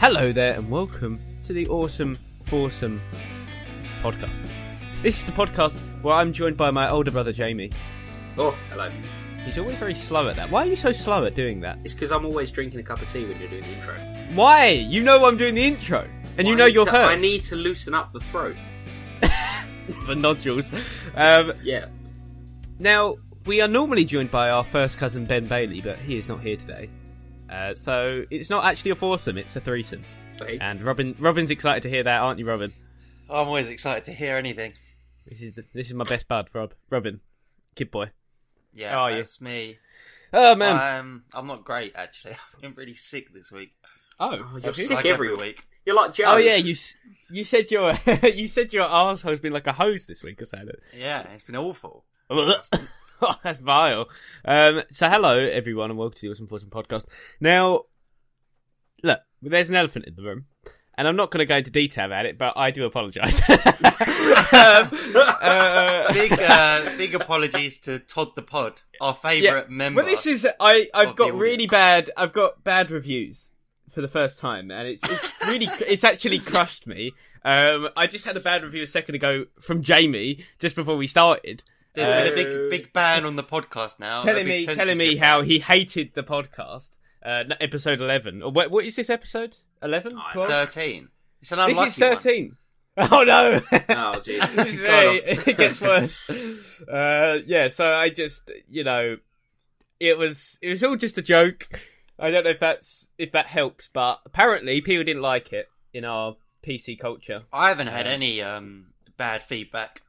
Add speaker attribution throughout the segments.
Speaker 1: Hello there, and welcome to the Awesome Foursome podcast. This is the podcast where I'm joined by my older brother Jamie.
Speaker 2: Oh, hello.
Speaker 1: He's always very slow at that. Why are you so slow at doing that?
Speaker 2: It's because I'm always drinking a cup of tea when you're doing the intro. And
Speaker 1: Why? You know I'm doing the intro, and you know you're
Speaker 2: to,
Speaker 1: first.
Speaker 2: I need to loosen up the throat.
Speaker 1: the nodules. Um,
Speaker 2: Yeah.
Speaker 1: now we are normally joined by our first cousin Ben Bailey, but he is not here today. Uh, so it's not actually a foursome; it's a threesome.
Speaker 2: Okay.
Speaker 1: And Robin, Robin's excited to hear that, aren't you, Robin?
Speaker 3: I'm always excited to hear anything.
Speaker 1: This is the, this is my best bud, Rob. Robin, kid boy.
Speaker 3: Yeah,
Speaker 1: How are you?
Speaker 3: that's me.
Speaker 1: Oh man.
Speaker 2: Uh,
Speaker 3: Um, I'm not great actually. I've been really sick this week.
Speaker 1: oh,
Speaker 2: You're
Speaker 3: I'm
Speaker 2: sick
Speaker 3: like
Speaker 2: every week. You're like Joe.
Speaker 1: Oh yeah, you s- you said your you said your arsehole's been like a hose this week or something.
Speaker 3: Yeah, it's been awful.
Speaker 1: oh, that's vile. Um, so hello everyone and welcome to the Awesome Foursome podcast. Now, look, there's an elephant in the room, and I'm not going to go into detail about it, but I do apologise. um, uh,
Speaker 3: Big, uh, big apologies to Todd the Pod, our favourite member.
Speaker 1: well, this is I I've
Speaker 3: Of the
Speaker 1: got really
Speaker 3: audience.
Speaker 1: bad I've got bad reviews for the first time, and it's it's really it's actually crushed me. Um, I just had a bad review a second ago from Jamie just before we started.
Speaker 3: There's been a big, big ban on the podcast now. a
Speaker 1: Oh. telling me,
Speaker 3: big censorship
Speaker 1: telling me
Speaker 3: ban.
Speaker 1: how he hated the podcast, uh, n- episode eleven. Or what, what is this episode? Eleven?
Speaker 2: I
Speaker 1: Twelve?
Speaker 3: thirteen. It's an
Speaker 1: This
Speaker 3: unlucky
Speaker 1: is thirteen. Oh no!
Speaker 2: Oh jeez.
Speaker 1: This is
Speaker 3: Gone
Speaker 1: very-
Speaker 3: off.
Speaker 1: it gets worse. Uh, yeah, so I just, you know, it was it was all just a joke. I don't know if that's if that helps, but apparently people didn't like it in our PC culture.
Speaker 3: One. I haven't had
Speaker 1: Yeah.
Speaker 3: any um, bad feedback.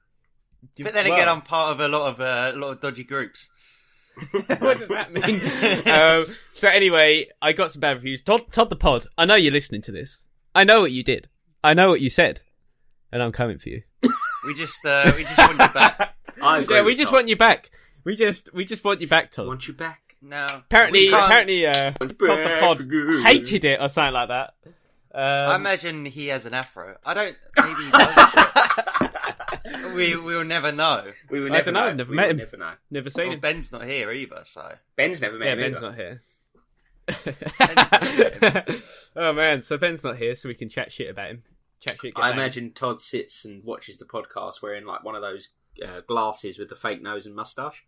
Speaker 3: But then again, I'm part of a lot of uh, a lot of dodgy groups.
Speaker 1: what does that mean? um, so anyway, I got some bad reviews. Todd, Todd the Pod, I know you're listening to this. I know what you did. I know what you said, and I'm coming for you.
Speaker 3: We just uh, we just want you back.
Speaker 2: I agree
Speaker 1: Yeah, we
Speaker 2: with
Speaker 1: just
Speaker 2: Todd.
Speaker 1: want you back. We just we just want you back, Todd.
Speaker 2: want you back.
Speaker 3: No,
Speaker 1: Apparently,
Speaker 3: we can't-
Speaker 1: apparently, uh, Todd the Pod hated it or something like that. Um,
Speaker 3: I imagine he has an afro. I don't. Maybe he does. we we'll never know.
Speaker 2: We will
Speaker 1: I
Speaker 2: never
Speaker 1: don't know,
Speaker 2: know.
Speaker 1: I've never
Speaker 2: we
Speaker 1: met
Speaker 2: will
Speaker 1: him.
Speaker 2: Never know.
Speaker 1: never seen
Speaker 3: Well,
Speaker 1: him.
Speaker 3: Ben's not here either, so
Speaker 2: Ben's never met
Speaker 1: yeah,
Speaker 2: him.
Speaker 1: Ben's
Speaker 2: either.
Speaker 1: not here.
Speaker 3: not
Speaker 1: oh man, so Ben's not here, so we can chat shit about him. Chat shit. get
Speaker 2: I
Speaker 1: back.
Speaker 2: imagine Todd sits and watches the podcast wearing like one of those uh, glasses with the fake nose and mustache.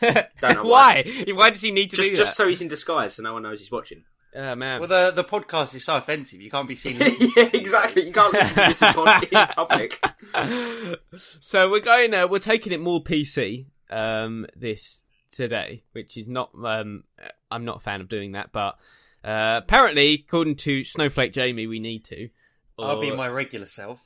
Speaker 2: Don't know
Speaker 1: why. Why does he need to
Speaker 2: Just,
Speaker 1: do
Speaker 2: just
Speaker 1: that?
Speaker 2: so he's in disguise, so no one knows he's watching.
Speaker 1: oh man.
Speaker 3: well, the the podcast is so offensive you can't be seen. listening to
Speaker 2: yeah,
Speaker 3: it.
Speaker 2: exactly. You can't listen to this in pod- in public.
Speaker 1: so we're going. Uh, we're taking it more PC um, this today, which is not. Um, I'm not a fan of doing that, but uh, apparently, according to Snowflake Jamie, we need to.
Speaker 3: I'll be
Speaker 1: Or-
Speaker 3: my regular self.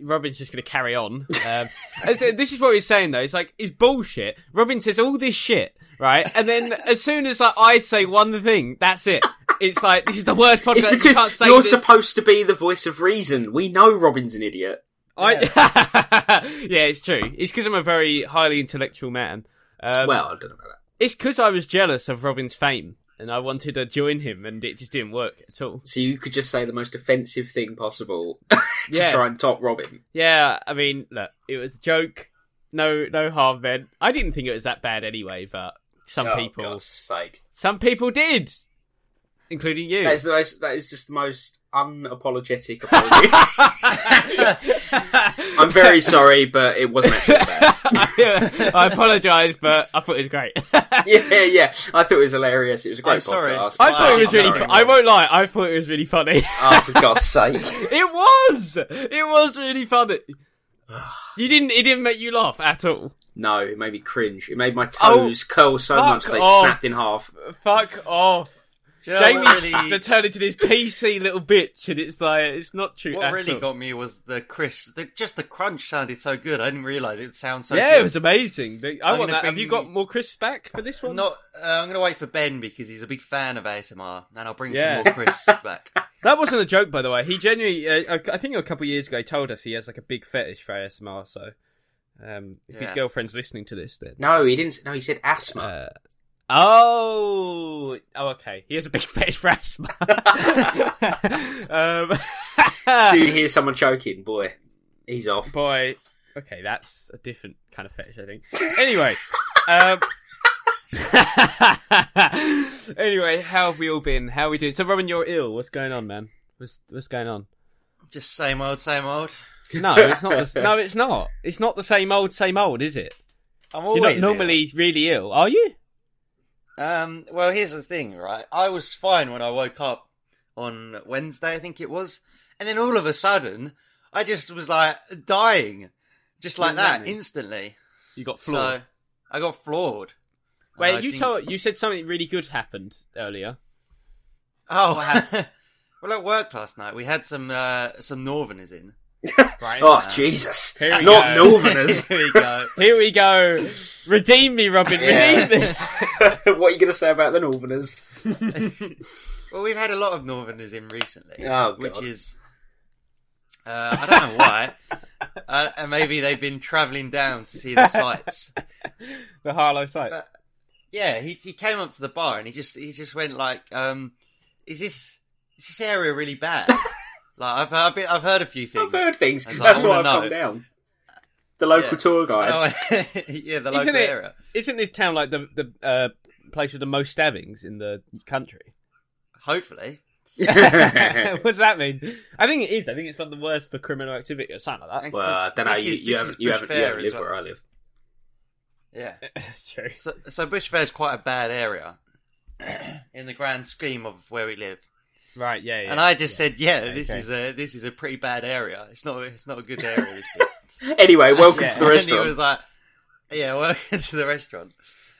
Speaker 1: Robin's just going to carry on. Um, and so this is what he's saying though. It's like it's bullshit. Robin says all this shit, right? And then as soon as like I say one thing, that's it. It's like this is the worst podcast.
Speaker 2: It's
Speaker 1: you can't
Speaker 2: because
Speaker 1: say
Speaker 2: you're
Speaker 1: this.
Speaker 2: supposed to be the voice of reason. We know Robin's an idiot.
Speaker 1: I... yeah, it's true. It's because I'm a very highly intellectual man. Um,
Speaker 2: well, I don't know about that.
Speaker 1: it's because I was jealous of Robin's fame and I wanted to join him, and it just didn't work at all.
Speaker 2: So you could just say the most offensive thing possible to
Speaker 1: Yeah.
Speaker 2: try and top Robin.
Speaker 1: Yeah, I mean, look, it was a joke. No, no harm meant. I didn't think it was that bad anyway, but some
Speaker 2: Oh,
Speaker 1: people,
Speaker 2: God's sake.
Speaker 1: some people did, including you.
Speaker 2: That is the most. That is just the most unapologetic apology. I'm very sorry, but it wasn't actually bad.
Speaker 1: I, apologize, but I thought it was great.
Speaker 2: Yeah, yeah. I thought it was hilarious. It was a great
Speaker 3: I'm
Speaker 2: podcast.
Speaker 3: sorry.
Speaker 1: Oh, I thought it was
Speaker 2: I'm
Speaker 1: really.
Speaker 2: sorry.
Speaker 1: Fu- I won't lie. I thought it was really funny.
Speaker 2: Oh, for God's sake!
Speaker 1: It was. It was really funny. You didn't. It didn't make you laugh at all.
Speaker 2: No, it made me cringe. It made my
Speaker 1: Oh,
Speaker 2: toes curl so
Speaker 1: fuck
Speaker 2: much they
Speaker 1: off.
Speaker 2: snapped in half.
Speaker 1: Fuck off.
Speaker 3: Do you know
Speaker 1: Jamie's
Speaker 3: what
Speaker 1: to
Speaker 3: really,
Speaker 1: turn into this PC little bitch, and it's like it's not true.
Speaker 3: what
Speaker 1: at
Speaker 3: really
Speaker 1: all.
Speaker 3: got me was the crisp. The, just the crunch sounded so good. I didn't realise it sounds so.
Speaker 1: yeah,
Speaker 3: good.
Speaker 1: it was amazing. The- I
Speaker 3: I'm
Speaker 1: want
Speaker 3: gonna
Speaker 1: that. Have you
Speaker 3: bring-
Speaker 1: got more crisps back for this one?
Speaker 3: Not, uh, I'm going to wait for Ben because he's a big fan of ASMR, and I'll bring
Speaker 1: Yeah.
Speaker 3: some more crisps back.
Speaker 1: That wasn't a joke, by the way. He genuinely, uh, I- I think a couple of years ago, he told us he has like a big fetish for ASMR. So, um, if his
Speaker 3: Yeah.
Speaker 1: girlfriend's listening to this, then
Speaker 2: No, he didn't. No, he said asthma.
Speaker 1: Uh, oh, oh, okay. He has a big fetish for ASMR.
Speaker 2: So
Speaker 1: um,
Speaker 2: you hear someone choking, boy, he's off.
Speaker 1: boy, okay, that's a different kind of fetish, I think. Anyway, um, anyway, anyway, how have we all been? How are we doing? So, Robin, you're ill. What's going on, man? What's what's going on?
Speaker 3: Just same old, same old.
Speaker 1: No, it's not. the s- no, it's not. It's not the same old, same old, is it?
Speaker 3: I'm
Speaker 1: You're
Speaker 3: always
Speaker 1: not
Speaker 3: ill.
Speaker 1: normally really ill, are you?
Speaker 3: Um, well, here's the thing, right? I was fine when I woke up on Wednesday, I think it was, and then all of a sudden, I just was like dying, just
Speaker 2: What
Speaker 3: like
Speaker 2: does that
Speaker 3: that,
Speaker 2: mean?
Speaker 3: instantly.
Speaker 1: You got flawed.
Speaker 3: So I got floored.
Speaker 1: Wait,
Speaker 3: And I
Speaker 1: you
Speaker 3: didn't-
Speaker 1: told you said something really good happened earlier.
Speaker 3: Oh, well, at work last night, we had some uh, some Northerners in.
Speaker 1: Right.
Speaker 2: Oh Jesus!
Speaker 1: Here we
Speaker 2: Not
Speaker 1: go.
Speaker 2: Northerners.
Speaker 3: Here we go.
Speaker 1: Here we go. Redeem me, Robin.
Speaker 2: Yeah.
Speaker 1: Redeem me.
Speaker 2: what are you going to say about the Northerners?
Speaker 3: Well, we've had a lot of Northerners in recently,
Speaker 2: Oh, God.
Speaker 3: which is uh, I don't know why. uh, and maybe they've been travelling down to see the sights.
Speaker 1: the Harlow site.
Speaker 3: Uh, Yeah, he he came up to the bar and he just he just went like, um, "Is this is this area really bad?" like I've I've, been, I've heard a few
Speaker 2: I've
Speaker 3: things.
Speaker 2: heard things.
Speaker 3: That's
Speaker 2: That's
Speaker 3: all
Speaker 2: why
Speaker 3: I
Speaker 2: I've
Speaker 3: know.
Speaker 2: come down. The local
Speaker 3: Yeah.
Speaker 2: tour guide.
Speaker 3: Oh, yeah, the
Speaker 1: Isn't
Speaker 3: local
Speaker 1: it-
Speaker 3: area.
Speaker 1: Isn't this town like the the uh, place with the most stabbings in the country?
Speaker 3: Hopefully,
Speaker 1: what does that mean? I think it is. I think it's one of the worst for criminal activity or something like
Speaker 3: And
Speaker 2: well, I
Speaker 3: 'cause
Speaker 2: don't know.
Speaker 3: this
Speaker 2: You,
Speaker 3: is-
Speaker 2: you
Speaker 3: this
Speaker 2: haven't,
Speaker 3: is
Speaker 2: you
Speaker 3: Bush
Speaker 2: haven't, you
Speaker 3: Fair
Speaker 2: haven't
Speaker 3: as
Speaker 2: lived
Speaker 3: well.
Speaker 2: where I live.
Speaker 3: Yeah,
Speaker 1: that. That's true.
Speaker 3: so so Bush Fair is quite a bad area in the grand scheme of where we live.
Speaker 1: Right. Yeah. yeah
Speaker 3: and I just said, yeah,
Speaker 1: Yeah,
Speaker 3: this
Speaker 1: okay.
Speaker 3: is a this is a pretty bad area. It's not it's not a good area. This bit.
Speaker 2: Anyway, welcome to the
Speaker 3: And he
Speaker 2: restaurant.
Speaker 3: was like, "Yeah, welcome to the restaurant."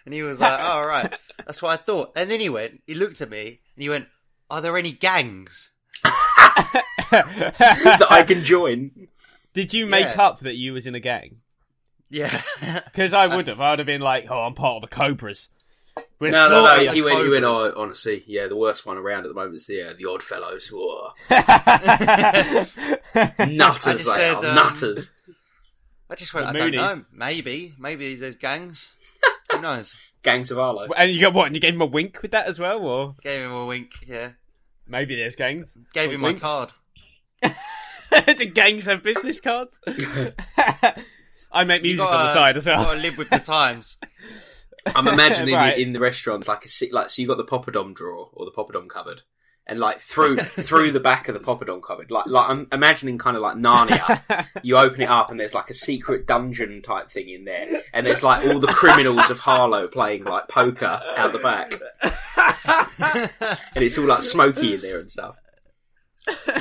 Speaker 3: And he was like, "All right, that's what I thought." And then he went, he looked at me, and he went, "Are there any gangs?"
Speaker 2: that I can join.
Speaker 1: Did you make
Speaker 3: Yeah.
Speaker 1: up that you was in a gang?
Speaker 3: Yeah,
Speaker 1: Because I would have. I would have been like, "Oh, I'm part of the Cobras." We're
Speaker 2: No, no,
Speaker 1: slaughtering
Speaker 2: no.
Speaker 1: the
Speaker 2: He went. He went.
Speaker 1: Cobras."
Speaker 2: Oh, honestly, yeah. The worst one around at the moment is the uh, the Odd Fellows. Whoa.
Speaker 3: I
Speaker 2: Nutters,
Speaker 3: just
Speaker 2: they
Speaker 3: said,
Speaker 2: are
Speaker 3: um,
Speaker 2: nutters.
Speaker 3: I just went,
Speaker 1: The
Speaker 3: "I don't
Speaker 1: Moonies.
Speaker 3: know. Maybe, maybe there's gangs. Who knows?"
Speaker 2: Gangs of Arlo.
Speaker 1: And you got what? And you gave him a wink with that as well, or
Speaker 3: Gave him a wink. Yeah,
Speaker 1: maybe there's gangs.
Speaker 3: gave
Speaker 1: Wink,
Speaker 3: him my
Speaker 1: wink.
Speaker 3: card.
Speaker 1: Do gangs have business cards? I make music on the side as well.
Speaker 3: Got to live with the times.
Speaker 2: I'm imagining
Speaker 1: Right.
Speaker 2: it in the restaurants like a si- like so you got the poppadom drawer or the poppadom cupboard, and like through through the back of the poppadom cupboard, like like I'm imagining kind of like Narnia. you open it up and there's like a secret dungeon type thing in there, and there's like all the criminals of Harlow playing like poker out the back, and it's all like smoky in there and stuff.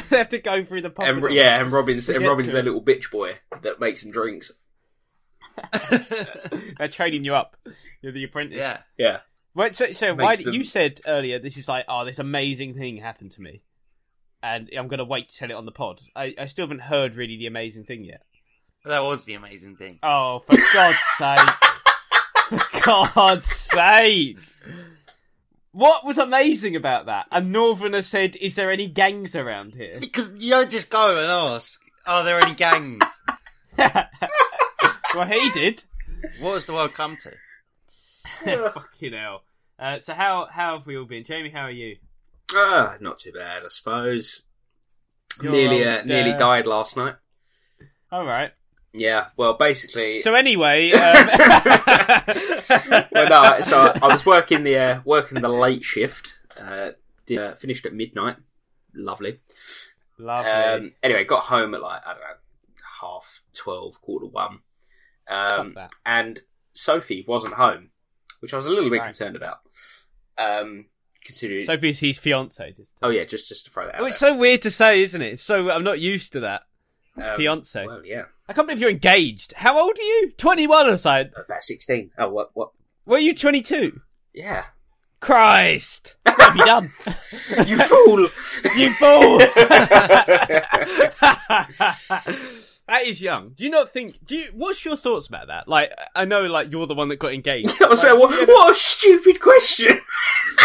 Speaker 1: they have to go through the pub.
Speaker 2: And yeah, and Robin's
Speaker 1: To
Speaker 2: and
Speaker 1: get
Speaker 2: Robin's
Speaker 1: to
Speaker 2: their
Speaker 1: it.
Speaker 2: little bitch boy that makes them drinks.
Speaker 1: they're training you up. You're the apprentice.
Speaker 3: yeah,
Speaker 2: Yeah,
Speaker 1: Right, so, so
Speaker 2: Makes
Speaker 1: why did
Speaker 2: them-
Speaker 1: you said earlier this is like oh this amazing thing happened to me, and I'm gonna wait to tell it on the pod. I, I still haven't heard really the amazing thing yet.
Speaker 3: that was the amazing thing.
Speaker 1: Oh, for God's sake! For God's sake! What was amazing about that? A northerner said, "Is there any gangs around here?"
Speaker 3: Because you don't just go and ask, "Are there any gangs?"
Speaker 1: well, he did.
Speaker 3: what has the world come to?
Speaker 1: Fucking hell. Uh, so how how have we all been? Jamie, how are you?
Speaker 2: ah, not too bad, I suppose.
Speaker 1: You're
Speaker 2: nearly
Speaker 1: old,
Speaker 2: uh, nearly
Speaker 1: uh,
Speaker 2: died last night.
Speaker 1: All right.
Speaker 2: Yeah, well, basically,
Speaker 1: So anyway, um...
Speaker 2: well, no, so I, I was working the uh, working the late shift. Uh, did, uh, finished at midnight. Lovely.
Speaker 1: lovely.
Speaker 2: Um, anyway, got home at like I don't know half twelve, quarter one, um,
Speaker 1: Fuck that.
Speaker 2: and Sophie wasn't home, which I was a little bit
Speaker 1: Right.
Speaker 2: concerned about. Um, considering,
Speaker 1: Sophie's his fiance. Just
Speaker 2: oh yeah, just just to throw that
Speaker 1: oh,
Speaker 2: out.
Speaker 1: it's so weird to say, isn't it? It's so I'm not used to that.
Speaker 2: there. Um,
Speaker 1: fiance.
Speaker 2: Well, yeah,
Speaker 1: I can't believe you're engaged. How old are you? 21 or so.
Speaker 2: about sixteen. Oh, what what?
Speaker 1: Were you 22?
Speaker 2: Yeah,
Speaker 1: Christ! What have you done?
Speaker 2: you fool.
Speaker 1: you fool! that is young. Do you not think? Do you? What's your thoughts about that? Like, I know, like you're the one that got engaged.
Speaker 2: I was like, what, what a stupid question.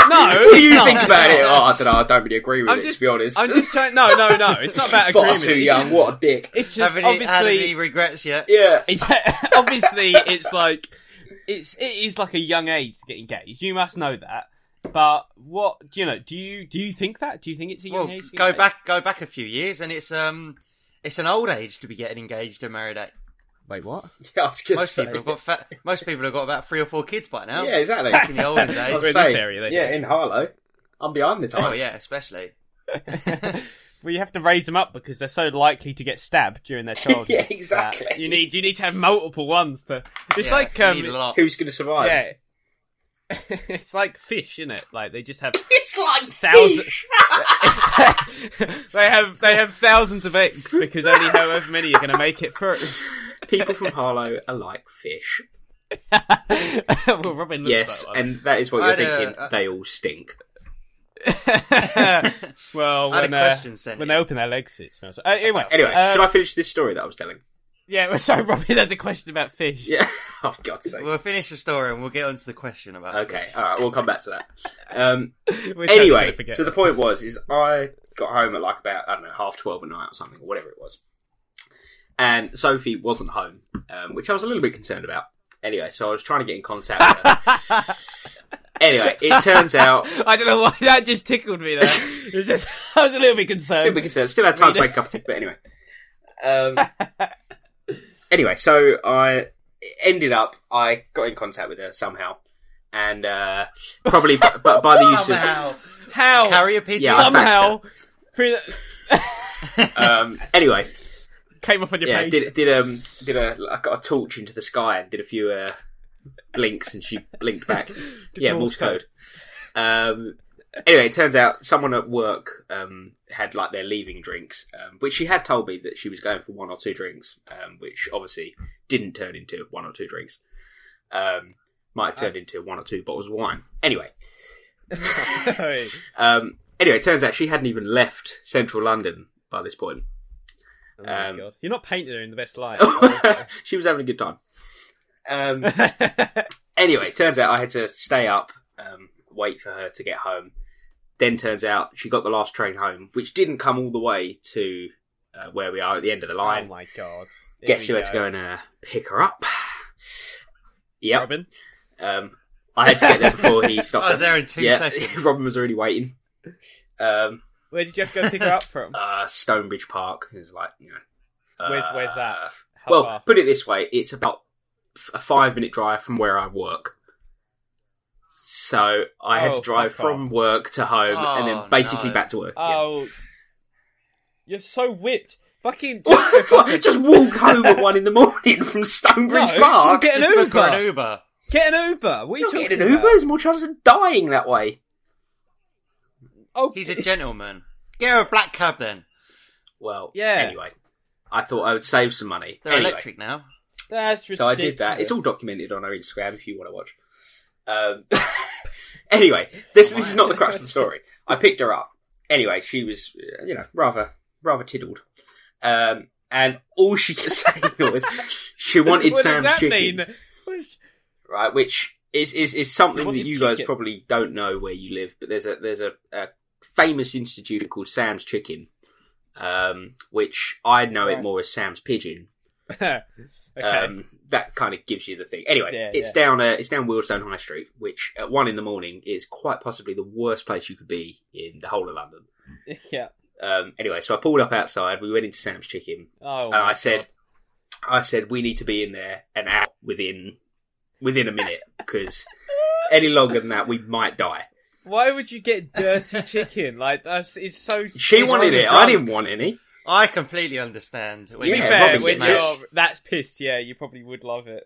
Speaker 1: No,
Speaker 2: What do
Speaker 1: it's
Speaker 2: you
Speaker 1: not.
Speaker 2: think about it? Oh, I don't know. I don't really agree with
Speaker 1: I'm
Speaker 2: it,
Speaker 1: just-
Speaker 2: to be honest.
Speaker 1: I'm just trying. No, no, no. It's not about
Speaker 2: Far
Speaker 1: agreement.
Speaker 2: too
Speaker 1: it's
Speaker 2: young.
Speaker 1: Just,
Speaker 2: What a dick.
Speaker 1: it's just
Speaker 3: Haven't
Speaker 1: obviously.
Speaker 3: obviously... had any regrets yet?
Speaker 2: Yeah.
Speaker 1: It's obviously it's like it's it is like a young age to get engaged. You must know that. But what you know? Do you do you think that? Do you think it's a young
Speaker 3: Well,
Speaker 1: age? to get
Speaker 3: go
Speaker 1: engaged?
Speaker 3: back, go back a few years, and it's um, it's an old age to be getting engaged and married at.
Speaker 1: Wait, what?
Speaker 2: Yeah, I was gonna
Speaker 3: Most
Speaker 2: say.
Speaker 3: people have got fa- most people have got about three or four kids by now.
Speaker 2: Yeah, exactly.
Speaker 3: In the olden
Speaker 2: I
Speaker 1: We're in
Speaker 2: was
Speaker 3: days,
Speaker 1: this
Speaker 2: saying,
Speaker 1: area, they
Speaker 2: yeah,
Speaker 1: do.
Speaker 2: in Harlow. I'm behind the times.
Speaker 3: Oh yeah, especially.
Speaker 1: well, you have to raise them up because they're so likely to get stabbed during their childhood.
Speaker 2: Yeah, exactly.
Speaker 1: that you need you need to have multiple ones to. It's
Speaker 3: Yeah,
Speaker 1: like
Speaker 3: you
Speaker 1: um,
Speaker 3: need a lot.
Speaker 2: Who's going to survive?
Speaker 1: yeah. it's like fish, isn't it? Like they just have
Speaker 2: It's like
Speaker 1: Thousand-
Speaker 2: fish.
Speaker 1: they have they have thousands of eggs because only however many are going to make it through.
Speaker 2: People from Harlow are like fish.
Speaker 1: well, Robin looks
Speaker 2: Yes,
Speaker 1: like one.
Speaker 2: and that is what
Speaker 3: I
Speaker 2: you're
Speaker 3: had a-
Speaker 2: thinking.
Speaker 3: uh,
Speaker 2: they all stink.
Speaker 1: well,
Speaker 3: I had
Speaker 1: when,
Speaker 3: a
Speaker 1: uh,
Speaker 3: question sent.
Speaker 1: when
Speaker 3: in.
Speaker 1: they open their legs, it smells. Uh, anyway,
Speaker 2: Anyway,
Speaker 1: uh,
Speaker 2: should I finish this story that I was telling?
Speaker 1: yeah. well, Sorry, Robin. There's a question about fish.
Speaker 2: Yeah. Oh God's sake.
Speaker 3: We'll finish the story and we'll get on to the question about.
Speaker 2: Okay. All right. We'll come back to that. Um,
Speaker 1: We're totally
Speaker 2: anyway,
Speaker 1: gonna forget
Speaker 2: so the
Speaker 1: that.
Speaker 2: point was, is I got home at like about I don't know half twelve at night or something, or whatever it was, and Sophie wasn't home, um, which I was a little bit concerned about. Anyway, so I was trying to get in contact. with her. anyway, it turns out
Speaker 1: I don't know why that just tickled me. There, it's just I was a little bit
Speaker 2: Still
Speaker 1: concerned.
Speaker 2: been concerned. Still had time to make a cup of tea, but anyway. Um, anyway, so I ended up. I got in contact with her somehow, and uh, probably, but by, by the use of
Speaker 3: Somehow,
Speaker 1: How
Speaker 3: carrier pigeon.
Speaker 2: Yeah, I
Speaker 1: somehow through the-
Speaker 2: um, anyway,
Speaker 1: came up on your
Speaker 2: yeah,
Speaker 1: page.
Speaker 2: did did um did a I got a torch into the sky and did a few uh, blinks, and she blinked back. yeah, Morse code. Um, anyway, it turns out someone at work um, had like their leaving drinks, um, which she had told me that she was going for one or two drinks, um, which obviously didn't turn into one or two drinks. Um, might have turned into one or two bottles of wine. Anyway,
Speaker 1: Sorry.
Speaker 2: um, anyway, it turns out she hadn't even left central London by this point.
Speaker 1: Oh my
Speaker 2: Um,
Speaker 1: God. You're not painting her in the best light.
Speaker 2: she was having a good time. Um,
Speaker 1: That's
Speaker 2: anyway, turns out I had to stay up, um, wait for her to get home. Then turns out she got the last train home, which didn't come all the way to uh, where we are at the end of the
Speaker 1: Oh
Speaker 2: line.
Speaker 1: my god. Here
Speaker 2: Guess
Speaker 1: we
Speaker 2: who had to go and uh, pick her up? Yep.
Speaker 1: Robin.
Speaker 2: Um, I had to get there before he stopped.
Speaker 3: I was
Speaker 2: her.
Speaker 3: Oh, there in two
Speaker 2: yeah,
Speaker 3: seconds.
Speaker 2: Robin was already waiting. Um,
Speaker 1: Where did you have to go pick her up from?
Speaker 2: uh, Stonebridge Park is like, you know. uh,
Speaker 1: Where's- where's that? How
Speaker 2: Well,
Speaker 1: far?
Speaker 2: put it this way, it's about f- a five minute drive from where I work. So I had
Speaker 1: Oh,
Speaker 2: to drive
Speaker 1: fuck off.
Speaker 2: from work to home and
Speaker 3: Oh,
Speaker 2: then basically
Speaker 3: no.
Speaker 2: back to work. yeah.
Speaker 1: Oh, you're so whipped. Fucking.
Speaker 2: Just walk home at one in the morning from Stonebridge
Speaker 1: No,
Speaker 2: Park.
Speaker 1: get an
Speaker 3: Book her
Speaker 1: Uber.
Speaker 3: an Uber.
Speaker 1: Get an Uber. What are you
Speaker 2: You're not
Speaker 1: talking
Speaker 2: getting an Uber.
Speaker 1: about?
Speaker 2: There's more chance of dying that way.
Speaker 1: Oh,
Speaker 3: He's a gentleman. Get her a black cab then.
Speaker 2: Well,
Speaker 1: Yeah.
Speaker 2: Anyway, I thought I would save some money.
Speaker 3: They're
Speaker 2: Anyway,
Speaker 3: electric now.
Speaker 1: that's ridiculous.
Speaker 2: so I did that. It's all documented on our Instagram if you want to watch. Um, anyway, this this is not the crux of the story. I picked her up. Anyway, she was uh, you know rather rather tiddled, um, and all she could say was she wanted
Speaker 1: what
Speaker 2: Sam's
Speaker 1: does that
Speaker 2: chicken,
Speaker 1: mean? What is-
Speaker 2: right? Which is is, is something
Speaker 1: She
Speaker 2: that
Speaker 1: wanted
Speaker 2: you guys
Speaker 1: chicken.
Speaker 2: probably don't know where you live, but there's a there's a, a famous institute called Sam's Chicken, um, which I know it
Speaker 1: Right.
Speaker 2: more as Sam's Pigeon,
Speaker 1: okay.
Speaker 2: um, that kind of gives you the thing. Anyway,
Speaker 1: Yeah,
Speaker 2: it's
Speaker 1: yeah.
Speaker 2: down uh, it's down Wheelstone High Street, which at one in the morning is quite possibly the worst place you could be in the whole of London.
Speaker 1: yeah.
Speaker 2: Um, anyway, so I pulled up outside. We went into Sam's Chicken,
Speaker 1: Oh.
Speaker 2: and
Speaker 1: my
Speaker 2: I said, I said we need to be in there an hour within within a minute because any longer than that we might die.
Speaker 1: God. Why would you get dirty chicken? Like that's it's so.
Speaker 2: She
Speaker 3: He's
Speaker 2: wanted
Speaker 3: already
Speaker 2: it. I
Speaker 3: drunk.
Speaker 2: didn't want any.
Speaker 3: I completely understand. When
Speaker 1: To
Speaker 2: Yeah,
Speaker 1: be
Speaker 3: you
Speaker 1: fair,
Speaker 2: Robin's
Speaker 1: when
Speaker 2: mad.
Speaker 1: you're that's pissed, yeah, you probably would love it.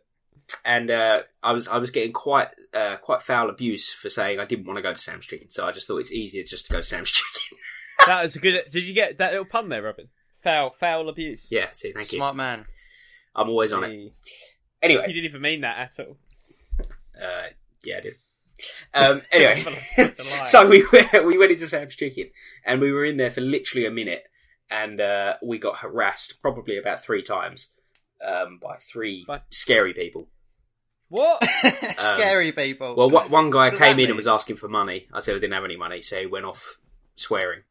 Speaker 2: and uh, I was I was getting quite uh, quite foul abuse for saying I didn't want to go to Sam's Chicken, so I just thought it's easier just to go to Sam's Chicken.
Speaker 1: That was a good. Did you get that little pun there, Robin? Foul, foul abuse.
Speaker 2: yeah, see, thank you.
Speaker 3: Smart man.
Speaker 2: I'm always on it.
Speaker 1: Gee. You
Speaker 2: Anyway,
Speaker 1: didn't even mean that at all.
Speaker 2: uh, yeah, I do. Um, anyway,
Speaker 1: That's a lie.
Speaker 2: so we went, we went into Sam's Chicken, and we were in there for literally a minute, and uh, we got harassed probably about three times um, by three
Speaker 1: By-
Speaker 2: scary people.
Speaker 1: what?
Speaker 3: Scary people.
Speaker 2: Well, wha- one guy
Speaker 3: What does
Speaker 2: came in
Speaker 3: that
Speaker 2: and
Speaker 3: mean?
Speaker 2: was asking for money. I said I didn't have any money, so he went off swearing.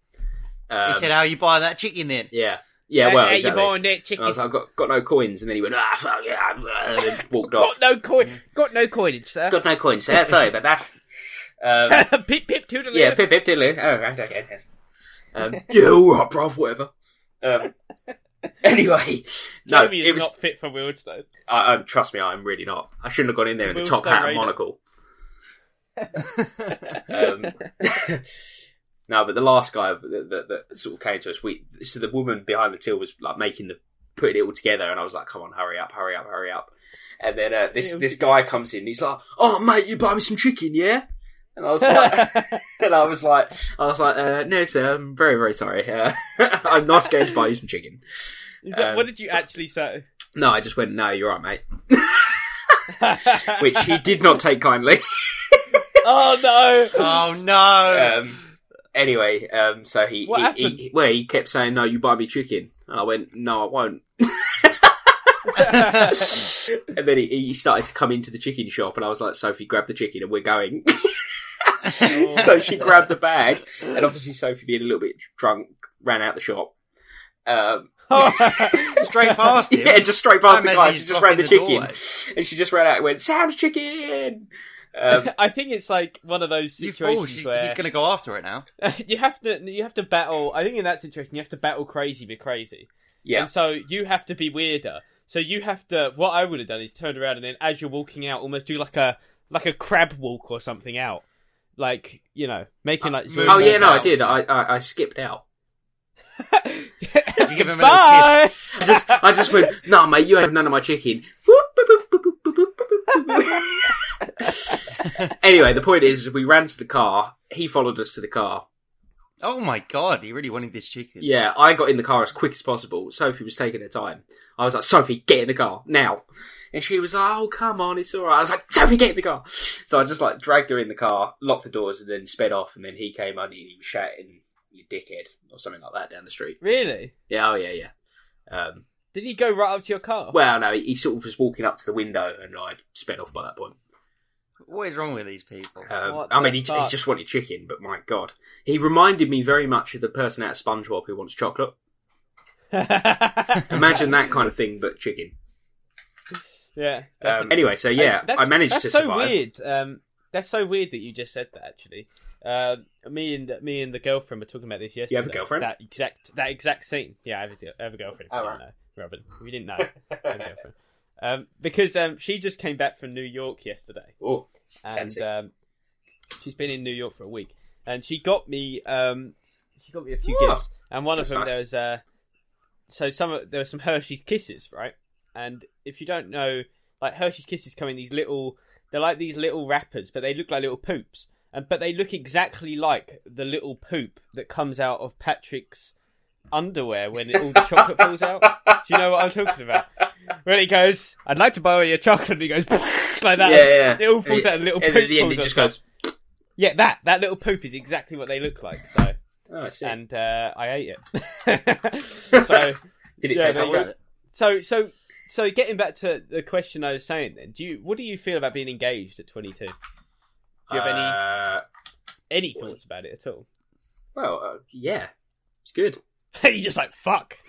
Speaker 3: he
Speaker 2: Um,
Speaker 3: said, "How you buying that chicken then?"
Speaker 2: yeah, yeah, well,
Speaker 1: Hey,
Speaker 2: exactly.
Speaker 1: you buying that
Speaker 2: And
Speaker 1: chicken?
Speaker 2: I was like, I've got, got no coins. And then he went, ah, fuck yeah, and then walked off.
Speaker 1: got no coin. Got no coinage, sir.
Speaker 2: Got no coins, sir. Sorry about that. Um,
Speaker 1: pip pip toodaloo.
Speaker 2: yeah, pip, pip, diddly. Oh, right, okay, yes. Um, yeah, all right, bruv, whatever. Um, anyway, no,
Speaker 1: Jamie
Speaker 2: it
Speaker 1: is
Speaker 2: was,
Speaker 1: not fit for Wildstone.
Speaker 2: I, I, trust me, I'm really not. I shouldn't have gone in there in the
Speaker 1: Will
Speaker 2: top hat and
Speaker 1: Serrano.
Speaker 2: monocle. Um, No, but the last guy that, that, that sort of came to us, we so the woman behind the till was like making the putting it all together, and I was like, "Come on, hurry up, hurry up, hurry up!" And then uh, this
Speaker 1: Yeah,
Speaker 2: this guy comes in, and he's like, "Oh, mate, you buy me some chicken, yeah?" And I was like, and I was like, I was like, uh, "No, sir, I'm very very sorry. Uh, I'm not going to buy you some chicken."
Speaker 1: Is that,
Speaker 2: Um,
Speaker 1: what did you actually say?
Speaker 2: No, I just went, "No, you're right, mate," which he did not take kindly.
Speaker 1: oh no!
Speaker 3: Oh no!
Speaker 2: um, anyway, um, so he,
Speaker 1: What
Speaker 2: he,
Speaker 1: happened?
Speaker 2: he well, he kept saying, "No, you buy me chicken," and I went, "No, I won't."
Speaker 1: Oh.
Speaker 2: and then he, he started to come into the chicken shop, and I was like, "Sophie, grab the chicken, and we're going."
Speaker 1: Oh.
Speaker 2: so she grabbed the bag, and obviously Sophie, being a little bit drunk, ran out the shop. Um,
Speaker 3: Straight past him.
Speaker 2: yeah, just straight past
Speaker 3: I
Speaker 2: the
Speaker 3: imagine
Speaker 2: guy.
Speaker 3: he's
Speaker 2: She just ran
Speaker 3: blocking
Speaker 2: the,
Speaker 3: the
Speaker 2: chicken,
Speaker 3: doorway.
Speaker 2: and she just ran out and went, "Sam's chicken." Um,
Speaker 1: I think it's like one of those
Speaker 3: You fool!
Speaker 1: situations
Speaker 3: She,
Speaker 1: where
Speaker 3: He's gonna go after it now.
Speaker 1: you have to you have to battle. I think in that situation you have to battle crazy with crazy,
Speaker 2: yeah,
Speaker 1: and so you have to be weirder. So you have to. What I would have done is turned around and then, as you're walking out, almost do like a like a crab walk or something out, like you know, making like.
Speaker 3: Moonwalk
Speaker 2: oh yeah, no, I
Speaker 3: out.
Speaker 2: did. I, I I skipped out.
Speaker 3: you give him a little
Speaker 1: Bye.
Speaker 2: I just, I just went, nah, mate, you have none of my chicken. Whoop, boop, boop, boop, boop, boop, boop, boop, boop. anyway, the point is, we ran to the car. He followed us to the car.
Speaker 3: Oh my god! He really wanted this chicken.
Speaker 2: Yeah, I got in the car as quick as possible. Sophie was taking her time. I was like, Sophie, get in the car now. And she was like, oh, come on, it's all right. I was like, Sophie, get in the car. So I just like dragged her in the car, locked the doors, and then sped off. And then he came on and he was shouting, you dickhead, or something like that down the street.
Speaker 1: Really?
Speaker 2: Yeah, oh, yeah, yeah. Um,
Speaker 1: Did he go right up to your car?
Speaker 2: Well, no, he, he sort of was walking up to the window, and I sped off by that point.
Speaker 3: What is wrong with these people?
Speaker 2: Um,
Speaker 1: What
Speaker 2: I
Speaker 1: the
Speaker 2: mean, he, he
Speaker 1: fuck?
Speaker 2: just wanted chicken, but my god, he reminded me very much of the person out of SpongeBob who wants chocolate. Imagine that kind of thing, but chicken.
Speaker 1: yeah.
Speaker 2: Um, anyway, so yeah, I managed
Speaker 1: that's
Speaker 2: to
Speaker 1: so
Speaker 2: survive.
Speaker 1: weird. Um, that's so weird that you just said that. Actually, uh, me and me and the girlfriend were talking about this yesterday.
Speaker 2: have a girlfriend?
Speaker 1: That exact that exact scene. Yeah, I have a, I have a girlfriend. If
Speaker 2: Oh,
Speaker 1: you
Speaker 2: right.
Speaker 1: didn't know, Robin, if you didn't know, I have a girlfriend. Um, because um, she just came back from New York yesterday,
Speaker 2: Oh,
Speaker 1: and
Speaker 2: Fancy.
Speaker 1: um, she's been in New York for a week, and she got me um, she got me a few
Speaker 2: Oh,
Speaker 1: gifts, and one of
Speaker 2: that's
Speaker 1: them
Speaker 2: nice.
Speaker 1: there was uh, so some of- there were some Hershey's Kisses, right? And if you don't know, like Hershey's Kisses come in these little, they're like these little wrappers, but they look like little poops, and but they look exactly like the little poop that comes out of Patrick's underwear when it, all the chocolate falls out. Do you know what I'm talking about? When he goes, "I'd like to borrow your chocolate," and he goes like
Speaker 2: yeah,
Speaker 1: that.
Speaker 2: yeah, yeah.
Speaker 1: It all falls
Speaker 2: And
Speaker 1: out. A little
Speaker 2: and
Speaker 1: poop
Speaker 2: at the end,
Speaker 1: falls
Speaker 2: it
Speaker 1: out.
Speaker 2: just goes.
Speaker 1: Yeah, that that little poop is exactly what they look like. So,
Speaker 2: Oh, I see.
Speaker 1: and uh, I ate it. so,
Speaker 2: Did it
Speaker 1: yeah,
Speaker 2: taste
Speaker 1: there
Speaker 2: like
Speaker 1: you
Speaker 2: that?
Speaker 1: go. so, so, so, getting back to the question I was saying, then, do you what do you feel about being engaged at twenty two? Do you have any-
Speaker 2: Uh,
Speaker 1: Any thoughts about it at all?
Speaker 2: well, uh, yeah, it's good.
Speaker 1: You're just like fuck.